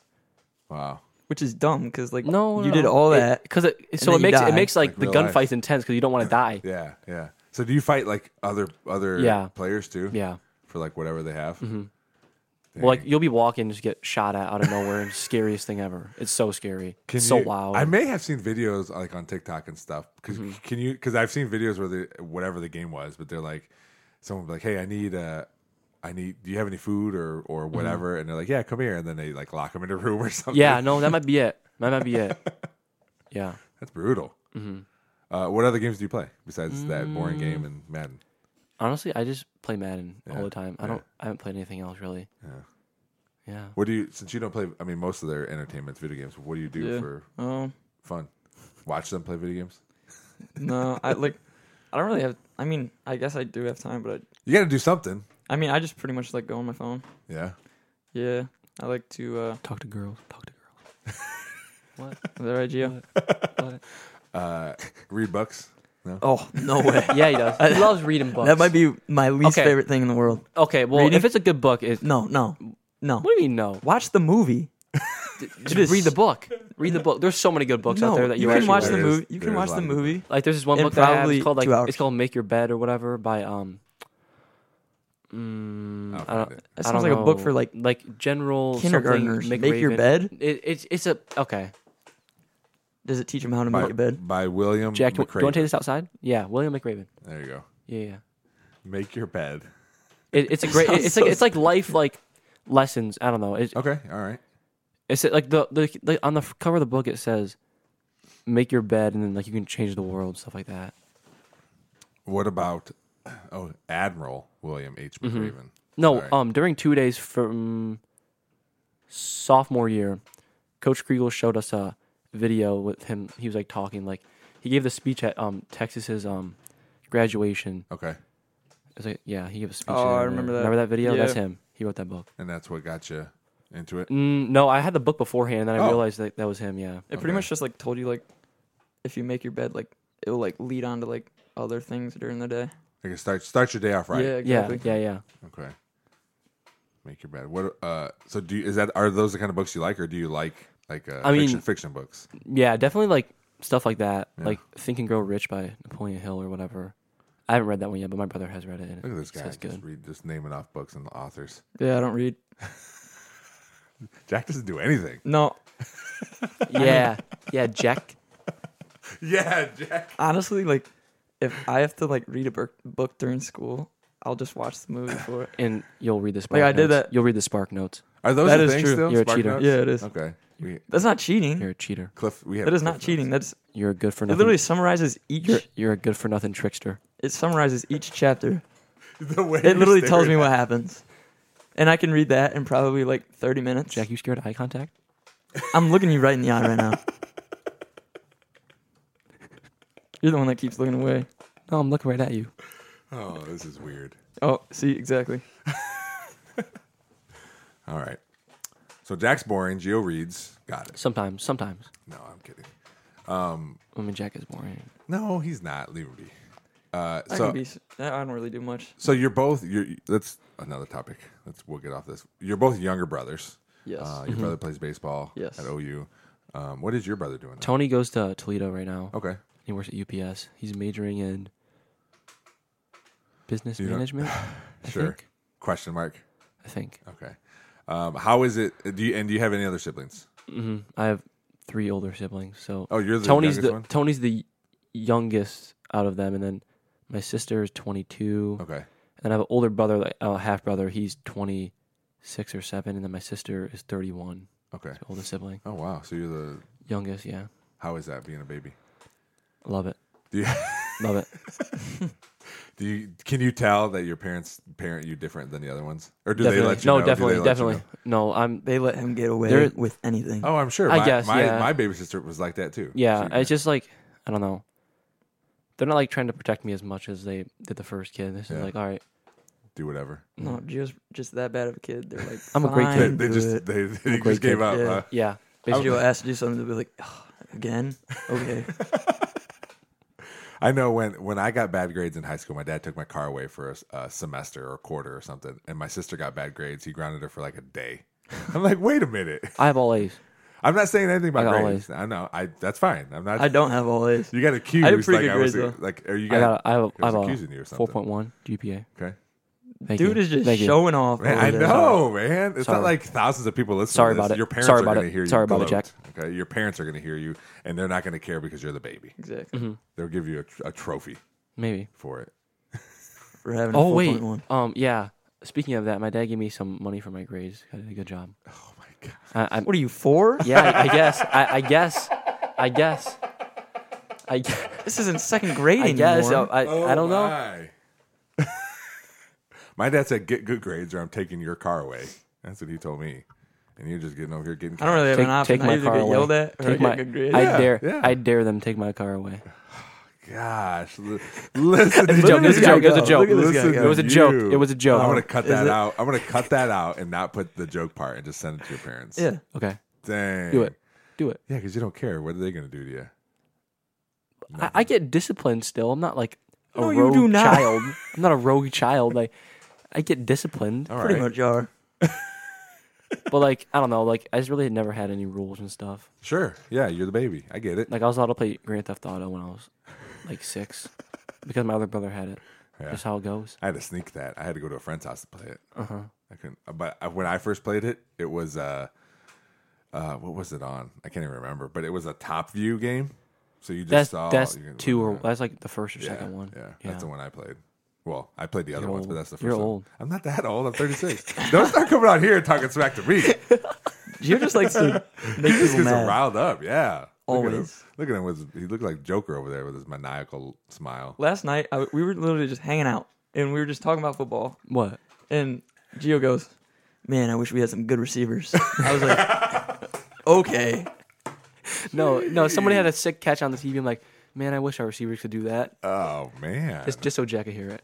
Wow. which is dumb because like No, you did all that. because it, so then it you makes die. it makes like, Like the real life. gunfights intense because you don't want to die. Yeah, yeah. So do you fight like other other Yeah. players too? Yeah. Mm-hmm. For like whatever they have. Well, like you'll be walking, just get shot at out of nowhere. and scariest thing ever. It's so scary. Can it's so you- loud. Mm-hmm. I may have seen videos like on TikTok and stuff. because Can you? Because I've seen videos where the whatever the game was, but they're like, someone would be like, "Hey, I need uh, I need. Do you have any food or or Mm-hmm. whatever?" And they're like, "Yeah, come here." And then they like lock them in a room or something. yeah, no, that might be it. That might be it. Yeah. that's brutal. Mm-hmm. Uh, what other games do you play besides that Mm. boring game and Madden? Honestly, I just play Madden Yeah, all the time. I don't. I haven't played anything else really. Yeah. Yeah. What do you? Since you don't play, I mean, most of their entertainment's video games. What do you do Yeah. for Um, fun? Watch them play video games. no, I like. I don't really have. I mean, I guess I do have time, but You got to do something. I, I mean, I just pretty much like go on my phone. Yeah. Yeah, I like to. uh Talk to girls. Talk to girls. Is that right, Gio? Uh, read books. Oh no way. Yeah, he does. He loves reading books. that might be my least Okay. favorite thing in the world. okay. Well, Reading? if it's a good book, it. No, no, no. What do you mean no? Watch the movie. Just is- read the book. Read the book. There's so many good books out No, there that you, can actually watch the read. There is- movie. You there can is watch a lot the of good movie. Like there's this one in book that I have. probably It's called like two hours. it's called Make Your Bed or whatever by um. mm, I'll I don't. find Oh, it. That I sounds don't like a book know. for like like general something kindergartners. Make your McRaven. bed? It, it's it's a okay. Does it teach them how to By, make a bed? by William Jack, do you want McRaven. to take this outside? Yeah, William McRaven. There you go. Yeah, yeah. Make your bed. It, it's a great. Sounds It's so like it's like life like lessons. I don't know. It, Okay, all right. It's like the, the the on the f- cover of the book it says, "Make your bed and then like you can change the world stuff like that." What about oh Admiral William H. Mm-hmm. McRaven? No, Sorry. um, during two days from sophomore year, Coach Kriegel showed us a video with him. He was like talking like he gave the speech at um Texas's um graduation. Okay, It was like yeah, he gave a speech. Oh, there. I remember that. Remember that video? Yeah. That's him. He wrote that book. and that's what got you into it. Mm, no, I had the book beforehand, and then I Oh. realized that that was him. Yeah. It Okay. pretty much just like told you like if you make your bed, like it will like lead on to like other things during the day. Okay, start start your day off right. Yeah, exactly. Yeah, yeah, yeah. Okay. Make your bed. What? Uh. So do you, is that are those the kind of books you like, or do you like like uh, I mean- fiction, fiction books? Yeah, definitely like stuff like that, Yeah. like Think and Grow Rich by Napoleon Hill or whatever. I haven't read that one yet, but my brother has read it. And Look at this it guy. says Just good. read, just naming off books and authors. Yeah, I don't read. Jack doesn't do anything. No, yeah, yeah, Jack. Yeah, Jack. honestly, like if I have to like read a book book during school, I'll just watch the movie for it. And you'll read the spark. Like, I did notes. that- You'll read the spark notes. Are those That the is things true. still? You're a Spark cheater. Notes? Yeah, it is. Okay. We, That's not cheating. You're a cheater. Cliff. We have. That is not Cliff cheating. Notes. That's You're a good for it. nothing. Literally summarizes each. you're, you're a good for nothing trickster. It summarizes each chapter. The way It you literally stare tells me at- what happens, and I can read that in probably like thirty minutes. Jack, you scared of eye contact? I'm looking you right in the eye right now. You're the one that keeps looking away. No, I'm looking right at you. Oh, this is weird. Oh, see, exactly. All right. So Jack's boring. Geo reads. Got it. Sometimes, sometimes. No, I'm kidding. I mean, Jack is boring. No, he's not. Leave him be. Uh, I so, can be. s- I don't really do much. so you're both. You're that's another topic. Let's we'll get off this. You're both younger brothers. Yes. Uh, Mm-hmm. your brother plays baseball. Yes. At OU. Um, what is your brother doing? now? Tony goes to Toledo right now. Oh. Okay. He works at UPS. He's majoring in business You don't- management. I Sure. think. Question mark. I think. Okay. Um, how is it? Do you and do you have any other siblings? hmm I have three older siblings. So Oh, you're the Tony's youngest the one? Tony's the youngest out of them, and then my sister is 22, Okay. and I have an older brother, like a half brother. He's 26 or seven, and then my sister is 31. Okay. My oldest sibling, Oh wow. So you're the. youngest. Yeah, How is that being a baby? love it, Do you love it. do you can you tell that your parents parent you different than the other ones, or do definitely. they let you no, know? Do they definitely, let you definitely. know? No, I'm. They let him get away There- with anything. Oh, I'm sure. I my, guess, my, yeah. my baby sister was like that too. Yeah, She- it's just like I don't know. They're not like trying to protect me as much as they did the first kid. This Yeah. is like, all right, do whatever. No, Gio's just that bad of a kid. They're like, I'm a great They, "Fine, they do just it." they, they just great gave kid. up. Yeah. huh? yeah, Basically, basically, you'll ask to do something, they'll be like, "Ugh, again, okay. I know when when I got bad grades in high school, my dad took my car away for a, s- a semester or a quarter or something, and my sister got bad grades. He grounded her for like a day. I'm like, wait a minute. I have all A's. I'm not saying anything about I got grades. I know. I that's fine. I'm not. I don't have all A's. you got accused. I had a pretty like good I was grades, though. like, or you I got. got. A, I have. it A, I was have accusing you or a something. four point one GPA. okay. Thank Dude you. is just Thank you. showing off. Man, over I there. know, man. It's not Sorry. like thousands of people listening. Sorry to this. about it. Your parents Sorry are about going to it. hear you. Sorry about gloat, it, Jack. Okay, your parents are going to hear you, and they're not going to care because you're the baby. Exactly. They'll give you a, tr- a trophy Maybe. for it. For having Oh a wait. 4.1. Um. Yeah. Speaking of that, my dad gave me some money for my grades. I did a good job. Oh my god! I, I'm, What are you, four? yeah. I, I guess. I, I guess. I guess. I, gu- This isn't second grade I anymore. guess. I, Oh, I, I don't know. know. my dad said, "Get good grades, or I'm taking your car away." That's what he told me. And you're just getting over here getting. I don't really have Take, an option. take my I either car get away. yelled at or I take get my, good grades. I Yeah, dare. yeah. I dare them take my car away. Gosh, li- listen. It's a to joke. you. It's a joke. It was a joke. Look at this Listen guy go. to It was a you. joke. It was a joke. I'm gonna cut Is that it- out. I'm gonna cut that out and not put the joke part and just send it to your parents. Yeah. Okay. Dang. Do it. Do it. Yeah, because you don't care. What are they gonna do to you? I, I get disciplined still. I'm not like a No, you rogue do not. child. I'm not a rogue child. Like I get disciplined, All Pretty right. much are. but like I don't know. Like I just really never had any rules and stuff. Sure. Yeah, you're the baby. I get it. Like I was allowed to play Grand Theft Auto when I was like six because my other brother had it. Yeah. That's how it goes. I had to sneak that. I had to go to a friend's house to play it. Uh Uh-huh. huh. I couldn't. But I- when I first played it, it was uh, uh, what was it on? I can't even remember. But it was a top view game. So you just That's saw that's you could look two or at it. that's like the first or yeah, second one. Yeah, that's the one I played. Well, I played the other You're ones, but old. that's the 1st You're one. old. I'm not that old. I'm 36. Don't start coming out here and talking smack to me. He You're just like to make just gets people mad. riled up. Yeah. Always. Look at him. Look at him with, he looked like Joker over there with his maniacal smile. Last night I, we were literally just hanging out and we were just talking about football What? and Gio goes, "Man, I wish we had some good receivers." I was like, "Okay." No, no. Somebody had a sick catch on the TV. I'm like, man, I wish our receivers could do that. Oh man. It's just so Jack could hear it.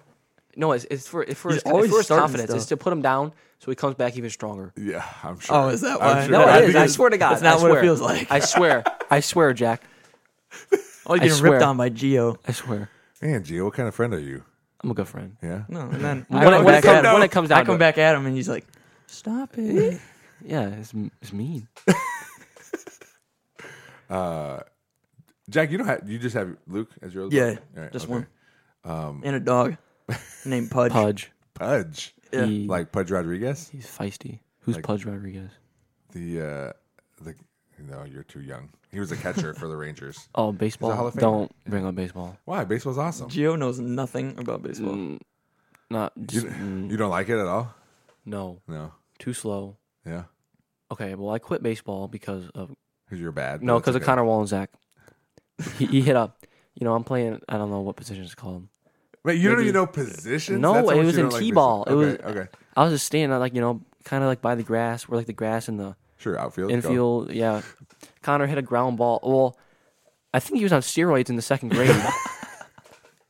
No, it's, it's for it's for He's his, it's always for his starting confidence. stuff. It's to put him down so he comes back even stronger. yeah, I'm sure. Oh, is that I'm why? sure. No, I it think is. I it's- swear to God. That's not I what it swear. feels like. I swear. I swear, Jack. Oh, you're I getting ripped swear. on by Gio. I swear. Man, Gio, what kind of friend are you? I'm a good friend. Yeah. No, and then When, I it, come when, it back comes, at him. when it comes down I come to back at him and he's like, "Stop it." it- yeah, it's, it's mean. Uh, Jack, you don't have you just have Luke as your other Yeah, dog? All right, just okay. one. and a dog named Pudge. Um, Pudge. Pudge. Yeah. He- Like Pudge Rodriguez? he's feisty. Who's like- Pudge Rodriguez? The uh the no, you're too young. He was a catcher for the Rangers. Oh, Hall of baseball. Famer. Don't bring up baseball. Why? Baseball's awesome. Gio knows nothing about baseball. Mm, not You, just, mm, you don't like it at all? no. No. Too slow. Yeah. Okay, well, I quit baseball because of Because you're bad. but no, that's because of okay. Connor Wallensack. he, he hit up. You know, I'm playing. I don't know what position it's called. Wait, you don't maybe- even know positions? No, That's how it much was you in don't like T-ball. baseball. It okay, was- okay. I was just standing, like you know, kind of like by the grass, where like the grass and the Sure, outfield. go. infield. Yeah, Connor hit a ground ball. Well, I think he was on steroids in the second grade,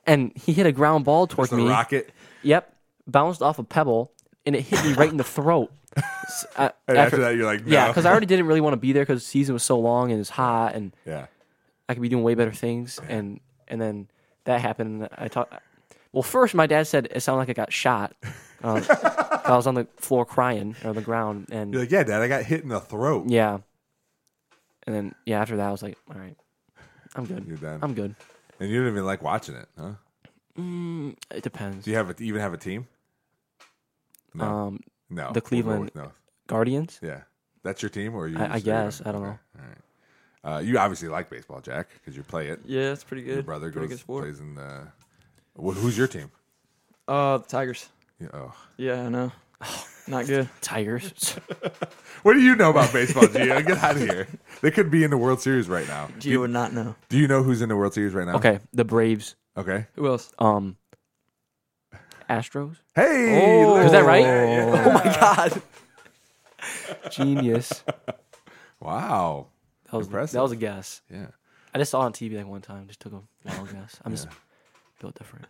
and he hit a ground ball towards It's a me. rocket. Yep, bounced off a pebble, and it hit me right in the throat. S- I- And after, that you're like, no. yeah, because I already didn't really want to be there because the season was so long and it's hot, and Yeah. I could be doing way better things. And and then that happened. And I talked. Well, first my dad said it sounded like I got shot. Uh, 'cause I was on the floor crying or the ground, and You're like, yeah, Dad, I got hit in the throat. yeah. And then yeah, after that I was like, all right, I'm good. You're done. I'm good. And you didn't even like watching it, huh? It depends. Do you have a, even have a team? No. Um, no. We'll the go Cleveland- with no. Guardians. Yeah, that's your team, or you? I- I just- guess. I don't All right. Uh, you obviously like baseball, Jack, because you play it. Yeah, it's pretty good. Your brother pretty goes good sport. plays in the. Well, who's your team? Uh, the Tigers. Yeah, Oh. Yeah, I know. Not good. Tigers. What do you know about baseball, Gio? Get out of here. They could be in the World Series right now. Gio would not know. Do you know who's in the World Series right now? okay, the Braves. Okay. Who else? Um, Astros. Hey, Oh. look Was that at right? that. Oh my god. Genius. That Wow. was Impressive. that was a guess. Yeah. I just saw it on TV like one time. Just took a wild guess. I'm just built different.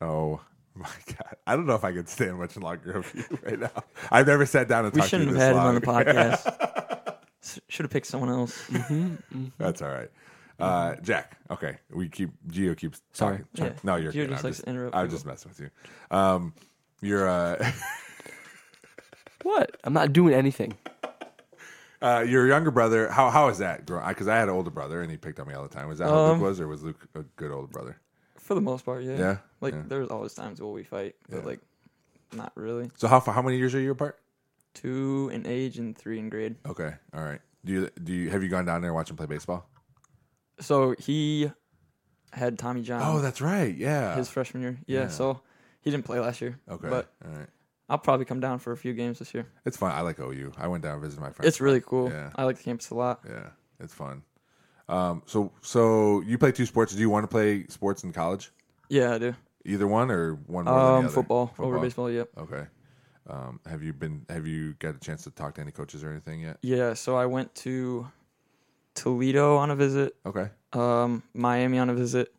Oh my god. I don't know if I could stand much longer of you right now. I've never sat down and We talked to you shouldn't have this had him long. on the podcast. Should have picked someone else. That's all right. Uh, Jack, okay. We keep Geo keeps Sorry. talking. Sorry. Yeah. No, you're Gio good. just I'm likes just, to interrupt I'm people. just messing with you. Um, you're uh, What? I'm not doing anything. Uh, your younger brother, how how is that? Because I had an older brother and he picked on me all the time. Was that how Um, Luke was, or was Luke a good older brother? for the most part, yeah. Yeah, Like yeah. there was always times where we fight, but Yeah. like not really. So how far, how many years are you apart? Two in age and three in grade. Okay, all right. Do you do you have you gone down there and watched him play baseball? So he had Tommy John oh, that's right. Yeah. Um, his freshman year. Yeah, yeah. So he didn't play last year. okay. But all right. I'll probably come down for a few games this year. It's fun. I like OU. I went down and visited my friends. It's really cool. Yeah. I like the campus a lot. Yeah, it's fun. Um, so so you play two sports. Do you want to play sports in college? Yeah, I do. Either one or one more than the Um, other? football, over baseball. Yep. Okay. Um, have you been? Have you got a chance to talk to any coaches or anything yet? Yeah. So I went to Toledo on a visit, Okay. um, Miami on a visit,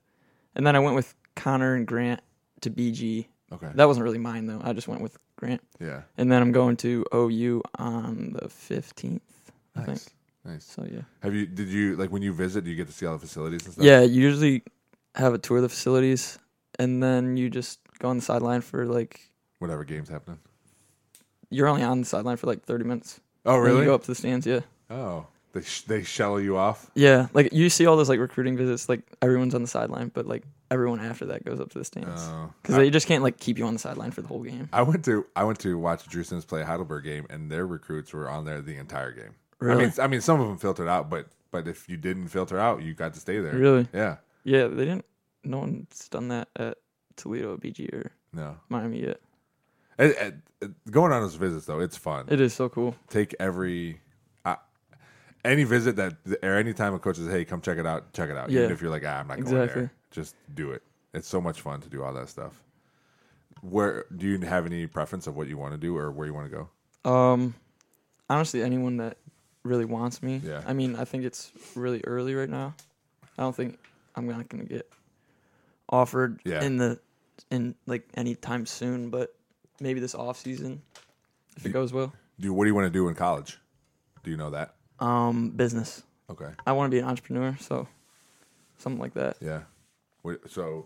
and then I went with Connor and Grant to BG. Okay. That wasn't really mine though. I just went with Grant, yeah. and then I'm going to OU on the 15th. I think. Nice. Nice. So yeah. Have you? Did you like when you visit? Do you get to see all the facilities and stuff? Yeah, you usually have a tour of the facilities, and then you just go on the sideline for like Whatever games happening. you're only on the sideline for like 30 minutes. Oh Then really? You go up to the stands. Yeah. Oh, they sh- they shell you off. Yeah, like you see all those like recruiting visits, like everyone's on the sideline, but like everyone after that goes up to the stands Oh. because they just can't like keep you on the sideline for the whole game. I went to I went to watch Drew Sims play a Heidelberg game, and their recruits were on there the entire game. I Really? mean, I mean, some of them filtered out, but but if you didn't filter out, you got to stay there. Really? Yeah. Yeah, they didn't. No one's done that at Toledo, BG, or No. Miami yet. And- and- and going on those visits though, it's fun. It is so cool. Take every. I any visit that or any time a coach says, "Hey, come check it out, check it out," even Yeah. if you're like, "Ah, I'm not going Exactly. there," just do it. It's so much fun to do all that stuff. Where do you have any preference of what you want to do or where you want to go? Um, honestly, anyone that really wants me. Yeah. I mean, I think it's really early right now. I don't think I'm not gonna get offered Yeah. in the in like anytime soon, but maybe this off season if it goes well. Do what do you want to do in college? Do you know that? Um, business. Okay. I want to be an entrepreneur, so something like that. Yeah. What- So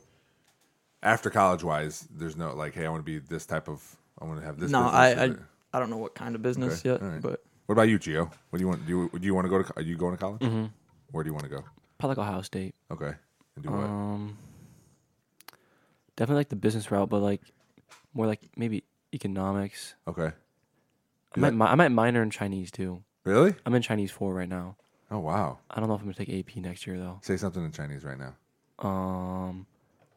after college wise, there's no like, hey, I want to be this type of. I want to have this. no, business I, I or- I don't know what kind of business Okay, yet, all right. but What about you, Gio? What do you want? Do you, do you want to go to? co- Are you going to college? Mm-hmm. Where do you want to go? Probably like Ohio State. Okay. And do what? Uh-huh. Um, definitely like the business route, but like more like maybe economics. okay. I might, mi- I might minor in Chinese too. Really? I'm in Chinese four right now. Oh wow. I don't know if I'm gonna take AP next year though. Say something in Chinese right now. Um,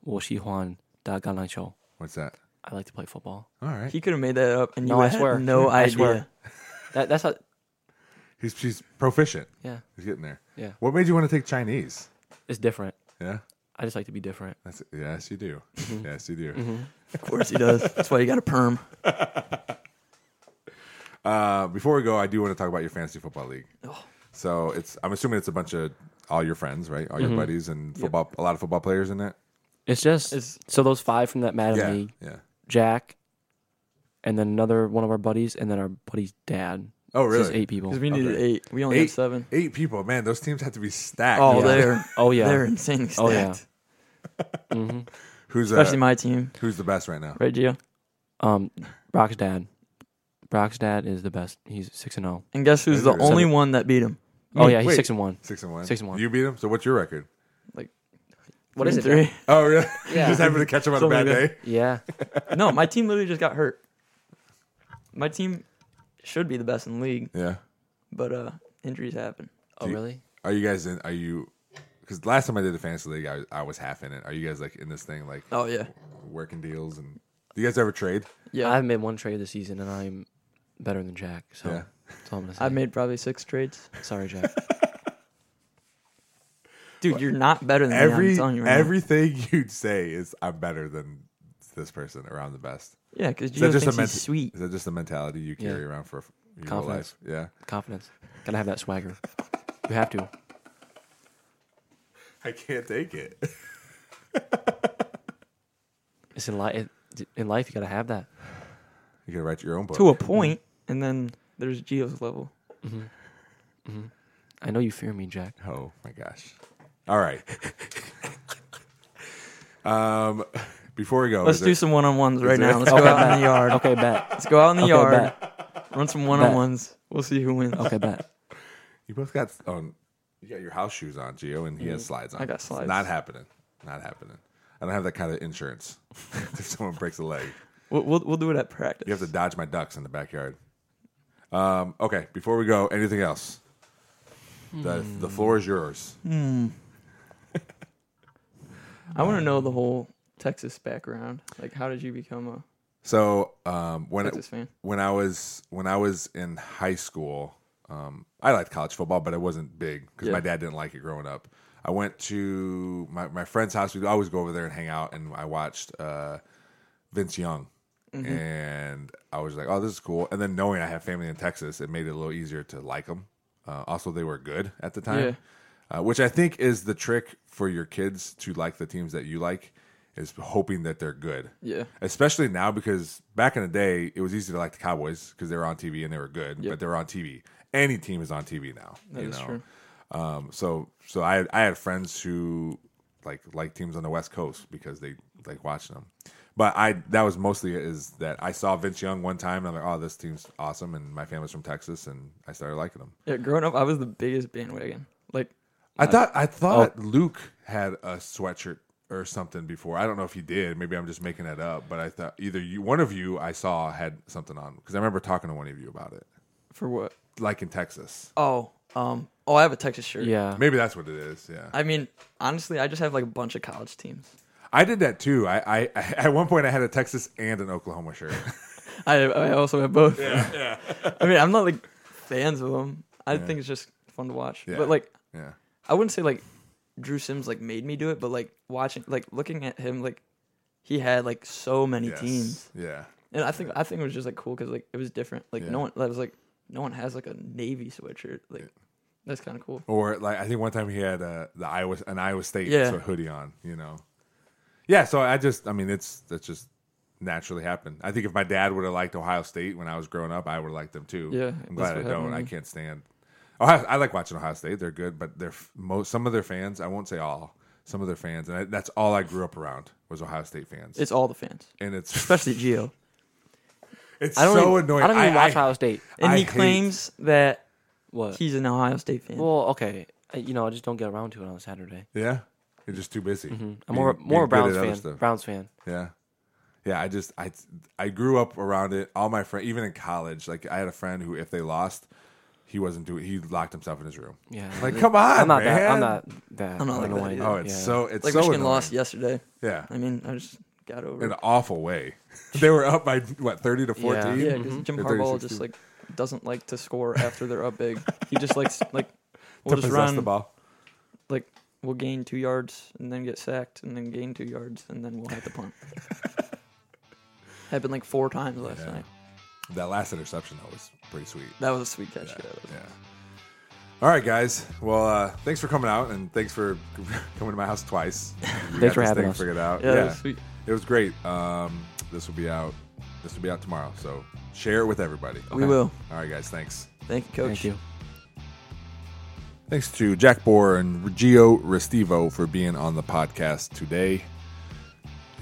我喜欢打橄榄球. What's that? I like to play football. All right. he could have made that up, and you No, I had swear. no I idea. swear. That that's not. he's he's proficient. Yeah, He's getting there. yeah. What made you want to take Chinese? It's different. Yeah. I just like to be different. That's yes, you do. Mm-hmm. Yes, you do. Of course he does. That's why you got a perm. Uh, before we go, I do want to talk about your fantasy football league. So it's I'm assuming it's a bunch of all your friends, right? All your buddies and football, a lot of football players in it. It's just It's- so those five from that Madden Yeah, league, yeah. Jack, and then another one of our buddies, and then our buddy's dad. Oh, It's just really? eight people. Because we needed Okay. eight. We only Eight, have seven. eight people, man. Those teams have to be stacked. Oh, Yeah. they're Oh yeah. they're insanely stacked. Oh, yeah. hmm Who's uh, Especially my team, who's the best right now? right, Gio? Um, Brock's dad. Brock's dad is the best. He's six and zero. And guess who's the Seven. only one that beat him? Oh yeah, he's wait. six and one. Six and one. Six and one. You beat him. So what's your record? What is it? Three and Oh, really? Yeah. Just happened to catch him on Something a bad like day. Yeah. three? no, my team literally just got hurt. My team should be the best in the league, Yeah. but uh, injuries happen. Oh you- really? Are you guys in? Are you? Because last time I did the fantasy league, I, I was half in it. Are you guys like in this thing, like Oh yeah, working deals and? Do you guys ever trade? I yeah. haven't made one trade this season, and I'm better than Jack. So Yeah. that's all I'm gonna say. I've made probably six trades. Sorry, Jack. Dude, you're not better than me. Every I'm telling you right now. everything you'd say is I'm better than this person around the best. Yeah, because Is that Gio just thinks a he's menti- sweet. Is that just a mentality you carry around for your whole life? Confidence. Yeah. Confidence. Gotta have that swagger. You have to. I can't take it. It's in life. In life, you gotta have that. You gotta write your own book. To a point, and then there's Gio's level. I know you fear me, Jack. Oh my gosh. All right. um before we go, Let's is do there- some one-on-ones right there- now. Let's go out in the yard. Okay, bet. Let's go out in the Okay, yard. bet. Run some one-on-ones. We'll see who wins. Okay, bet. You both got um, you got your house shoes on, Gio, and he has slides on. I got It's slides. not happening. Not happening. I don't have that kind of insurance. if someone breaks a leg, We'll, we'll, we'll do it at practice. you have to dodge my ducks in the backyard. Um, okay, before we go, anything else? The the floor is yours. I want to know the whole Texas background. Like, how did you become a So um, when Texas fan? when I was when I was in high school, um, I liked college football, but it wasn't big because my dad didn't like it growing up. I went to my, my friend's house. We'd always go over there and hang out, and I watched uh, Vince Young, and I was like, "Oh, this is cool." And then knowing I have family in Texas, it made it a little easier to like them. Uh, also, they were good at the time, uh, which I think is the trick for your kids to like the teams that you like is hoping that they're good Yeah. especially now because back in the day it was easy to like the Cowboys because they were on TV and they were good, but they were on TV. Any team is on TV now. you is know? true. Um, so so I I had friends who like like teams on the West Coast because they like watching them. But I that was mostly it is that I saw Vince Young one time and I'm like, oh, this team's awesome, and my family's from Texas, and I started liking them. Yeah, growing up, I was the biggest bandwagon. Like, I thought I thought Luke had a sweatshirt or something before. I don't know if he did. Maybe I'm just making that up. But I thought either you, one of you, I saw had something on because I remember talking to one of you about it, for what? like in Texas. Oh, um, oh, I have a Texas shirt. Yeah. Maybe that's what it is. Yeah, I mean, honestly, I just have like a bunch of college teams. I did that too. I, I, I at one point I had a Texas and an Oklahoma shirt. I I also have both. Yeah, yeah. I mean, I'm not like fans of them. I think it's just fun to watch. Yeah. But like, yeah, I wouldn't say like Drew Sims like made me do it, but like watching, like looking at him, like he had like so many Yes. teams, Yeah, and I think I think it was just like cool because like it was different. Like Yeah. no one that was like no one has like a navy sweatshirt. Like that's kind of cool. or like I think one time he had uh, the Iowa an Iowa State Yeah. so hoodie on. You know. Yeah, so I just I mean it's that's just naturally happened. I think if my dad would have liked Ohio State when I was growing up, I would have liked them too. Yeah, I'm that's glad I what don't. happened to I me. can't stand. Ohio, I like watching Ohio State. They're good, but they're most some of their fans. I won't say all. Some of their fans, and I, that's all I grew up around was Ohio State fans. It's all the fans, and it's especially Gio, it's I don't so even, annoying. I don't even watch I, Ohio State. and I he hate- claims that What? he's an Ohio State fan. well, okay. I, you know, I just don't get around to it on a Saturday. yeah, you're just too busy. Mm-hmm. I'm Mm. Being- more being more a good at Browns other fan. stuff. Browns fan. Yeah. Yeah, I just I I grew up around it. All my friends, even in college, like I had a friend who, if they lost, he wasn't doing. He locked himself in his room. Yeah. Like, come on, I'm not man. that. I'm not that. I'm not like that annoying. either. Oh, it's Yeah. so it's like so Michigan annoying. lost yesterday. Yeah, I mean, I just got over in it. an awful way. they were up by what thirty to fourteen. Yeah, because Jim They're Harbaugh 36 just too. like doesn't like to score after they're up big. He just likes like we'll to just possess run the ball. like we'll gain two yards and then get sacked and then gain two yards and then we'll have to punt. Happened like four times last Yeah. night. That last interception though was pretty sweet. That was a sweet catch. Yeah. Yeah. yeah. All right, guys. Well, uh, thanks for coming out and thanks for coming to my house twice. We got for this having thing us. Figured out. Yeah, that was sweet. It was great. Um, this will be out. This will be out tomorrow. So share it with everybody. We will. All right, guys. Thanks. Thank you, coach. Thank you. Thanks to Jack Bohr and Gio Restivo for being on the podcast today.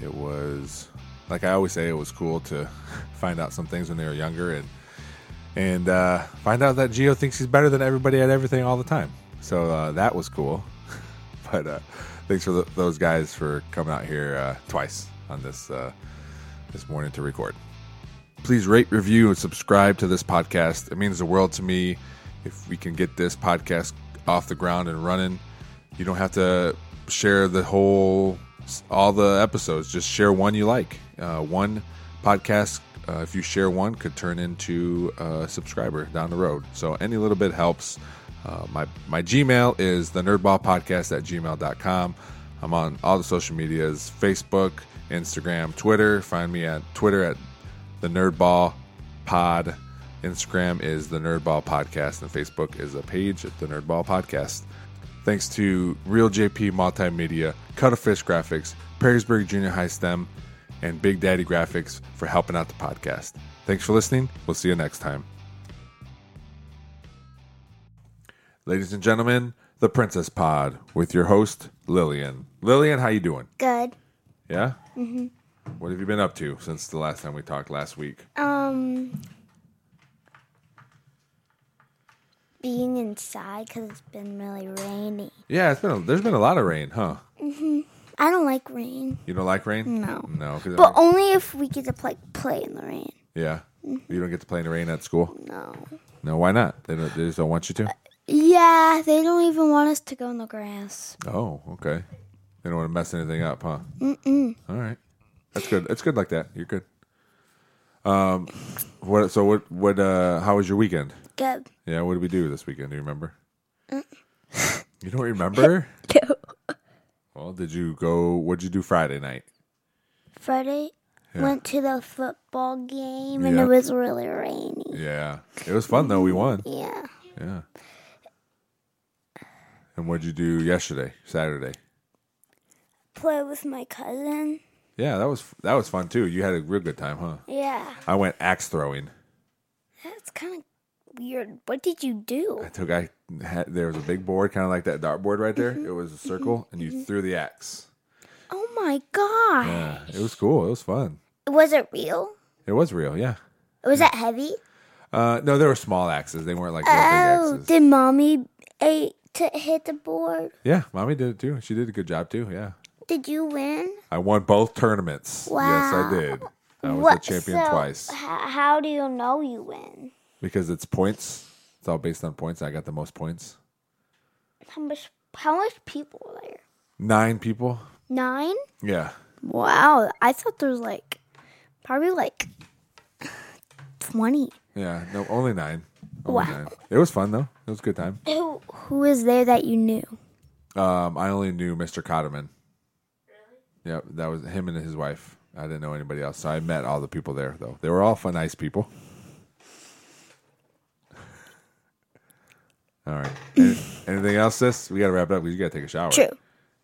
It was, like I always say, it was cool to find out some things when they were younger and and uh, find out that Gio thinks he's better than everybody at everything all the time. So uh, that was cool. but uh, thanks for th those guys for coming out here uh, twice on this uh, this morning to record please rate, review, and subscribe to this podcast. It means the world to me if we can get this podcast off the ground and running. You don't have to share the whole, all the episodes. Just share one you like. Uh, one podcast, uh, if you share one, could turn into a subscriber down the road. So any little bit helps. Uh, my, my Gmail is the nerdballpodcast at gmail.com. I'm on all the social medias Facebook, Instagram, Twitter. Find me at Twitter at the Nerdball Pod. Instagram is the Nerdball Podcast, and Facebook is a page at the Nerdball Podcast. Thanks to Real JP Multimedia, Cuttlefish Graphics, Perrysburg Junior High STEM, and Big Daddy Graphics for helping out the podcast. Thanks for listening. We'll see you next time. Ladies and gentlemen, the Princess Pod with your host Lillian. Lillian, how you doing? Good. Yeah. Mm-hmm. What have you been up to since the last time we talked last week? Um, being inside because it's been really rainy. Yeah, it's been a, there's been a lot of rain, huh? I don't like rain, You don't like rain? No. No, 'cause it but makes- only if we get to play play in the rain. yeah, you don't get to play in the rain at school. No. No, why not? They, don't, they just don't want you to. Yeah, they don't even want us to go in the grass. Oh, okay. They don't want to mess anything up, huh? All right, that's good. It's good like that. You're good. Um, what? So what? What? Uh, how was your weekend? Good. Yeah, what did we do this weekend? Do you remember? you don't remember? Mm. No. Well, did you go? What'd you do Friday night? Friday went to the football game and Yeah. it was really rainy. Yeah, it was fun though. We won. Yeah. Yeah. And what'd you do yesterday, Saturday? Play with my cousin. Yeah, that was that was fun too. You had a real good time, huh? Yeah. I went axe throwing. That's kind of weird. What did you do? I took I had there was a big board, kind of like that dartboard right Mm-hmm. there. It was a circle, and you threw the axe. Oh my god. Yeah, it was cool. It was fun. Was it real? It was real. Yeah. Was that heavy? Uh, no, they were small axes. They weren't like real big Oh, axes. did mommy ate to hit the board? Yeah, mommy did it too. She did a good job too. Yeah. Did you win? I won both tournaments. Yes, I Wow. did. I was the champion so, twice h- how do you know you win? because it's points. It's all based on points. I got the most points. How much? How much people were there? Nine people. Nine. Yeah. Wow, I thought there was like probably like twenty. Yeah. No, only nine. Only Wow. nine. It was fun though. It was a good time. Who who is there that you knew? Um, I only knew Mr. Cotterman. Really? Yep. That was him and his wife. I didn't know anybody else. So I met all the people there though. They were all fun, nice people. All right. Any- Anything else, sis? We got to wrap it up. We got to take a shower. True.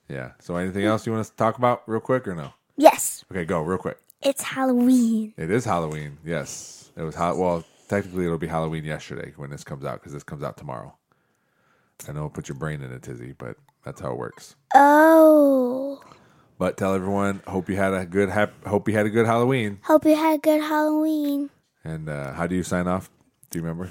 Yeah. So anything else you want us to talk about real quick or no? Yes, Okay, go real quick. it's Halloween. It is Halloween. Yes. It was hot. Well, technically it'll be Halloween yesterday when this comes out because this comes out tomorrow. I know it put your brain in a tizzy, but that's how it works. Oh, But tell everyone, hope you had a good hap- hope you had a good Halloween. hope you had a good Halloween. And uh, how do you sign off? Do you remember?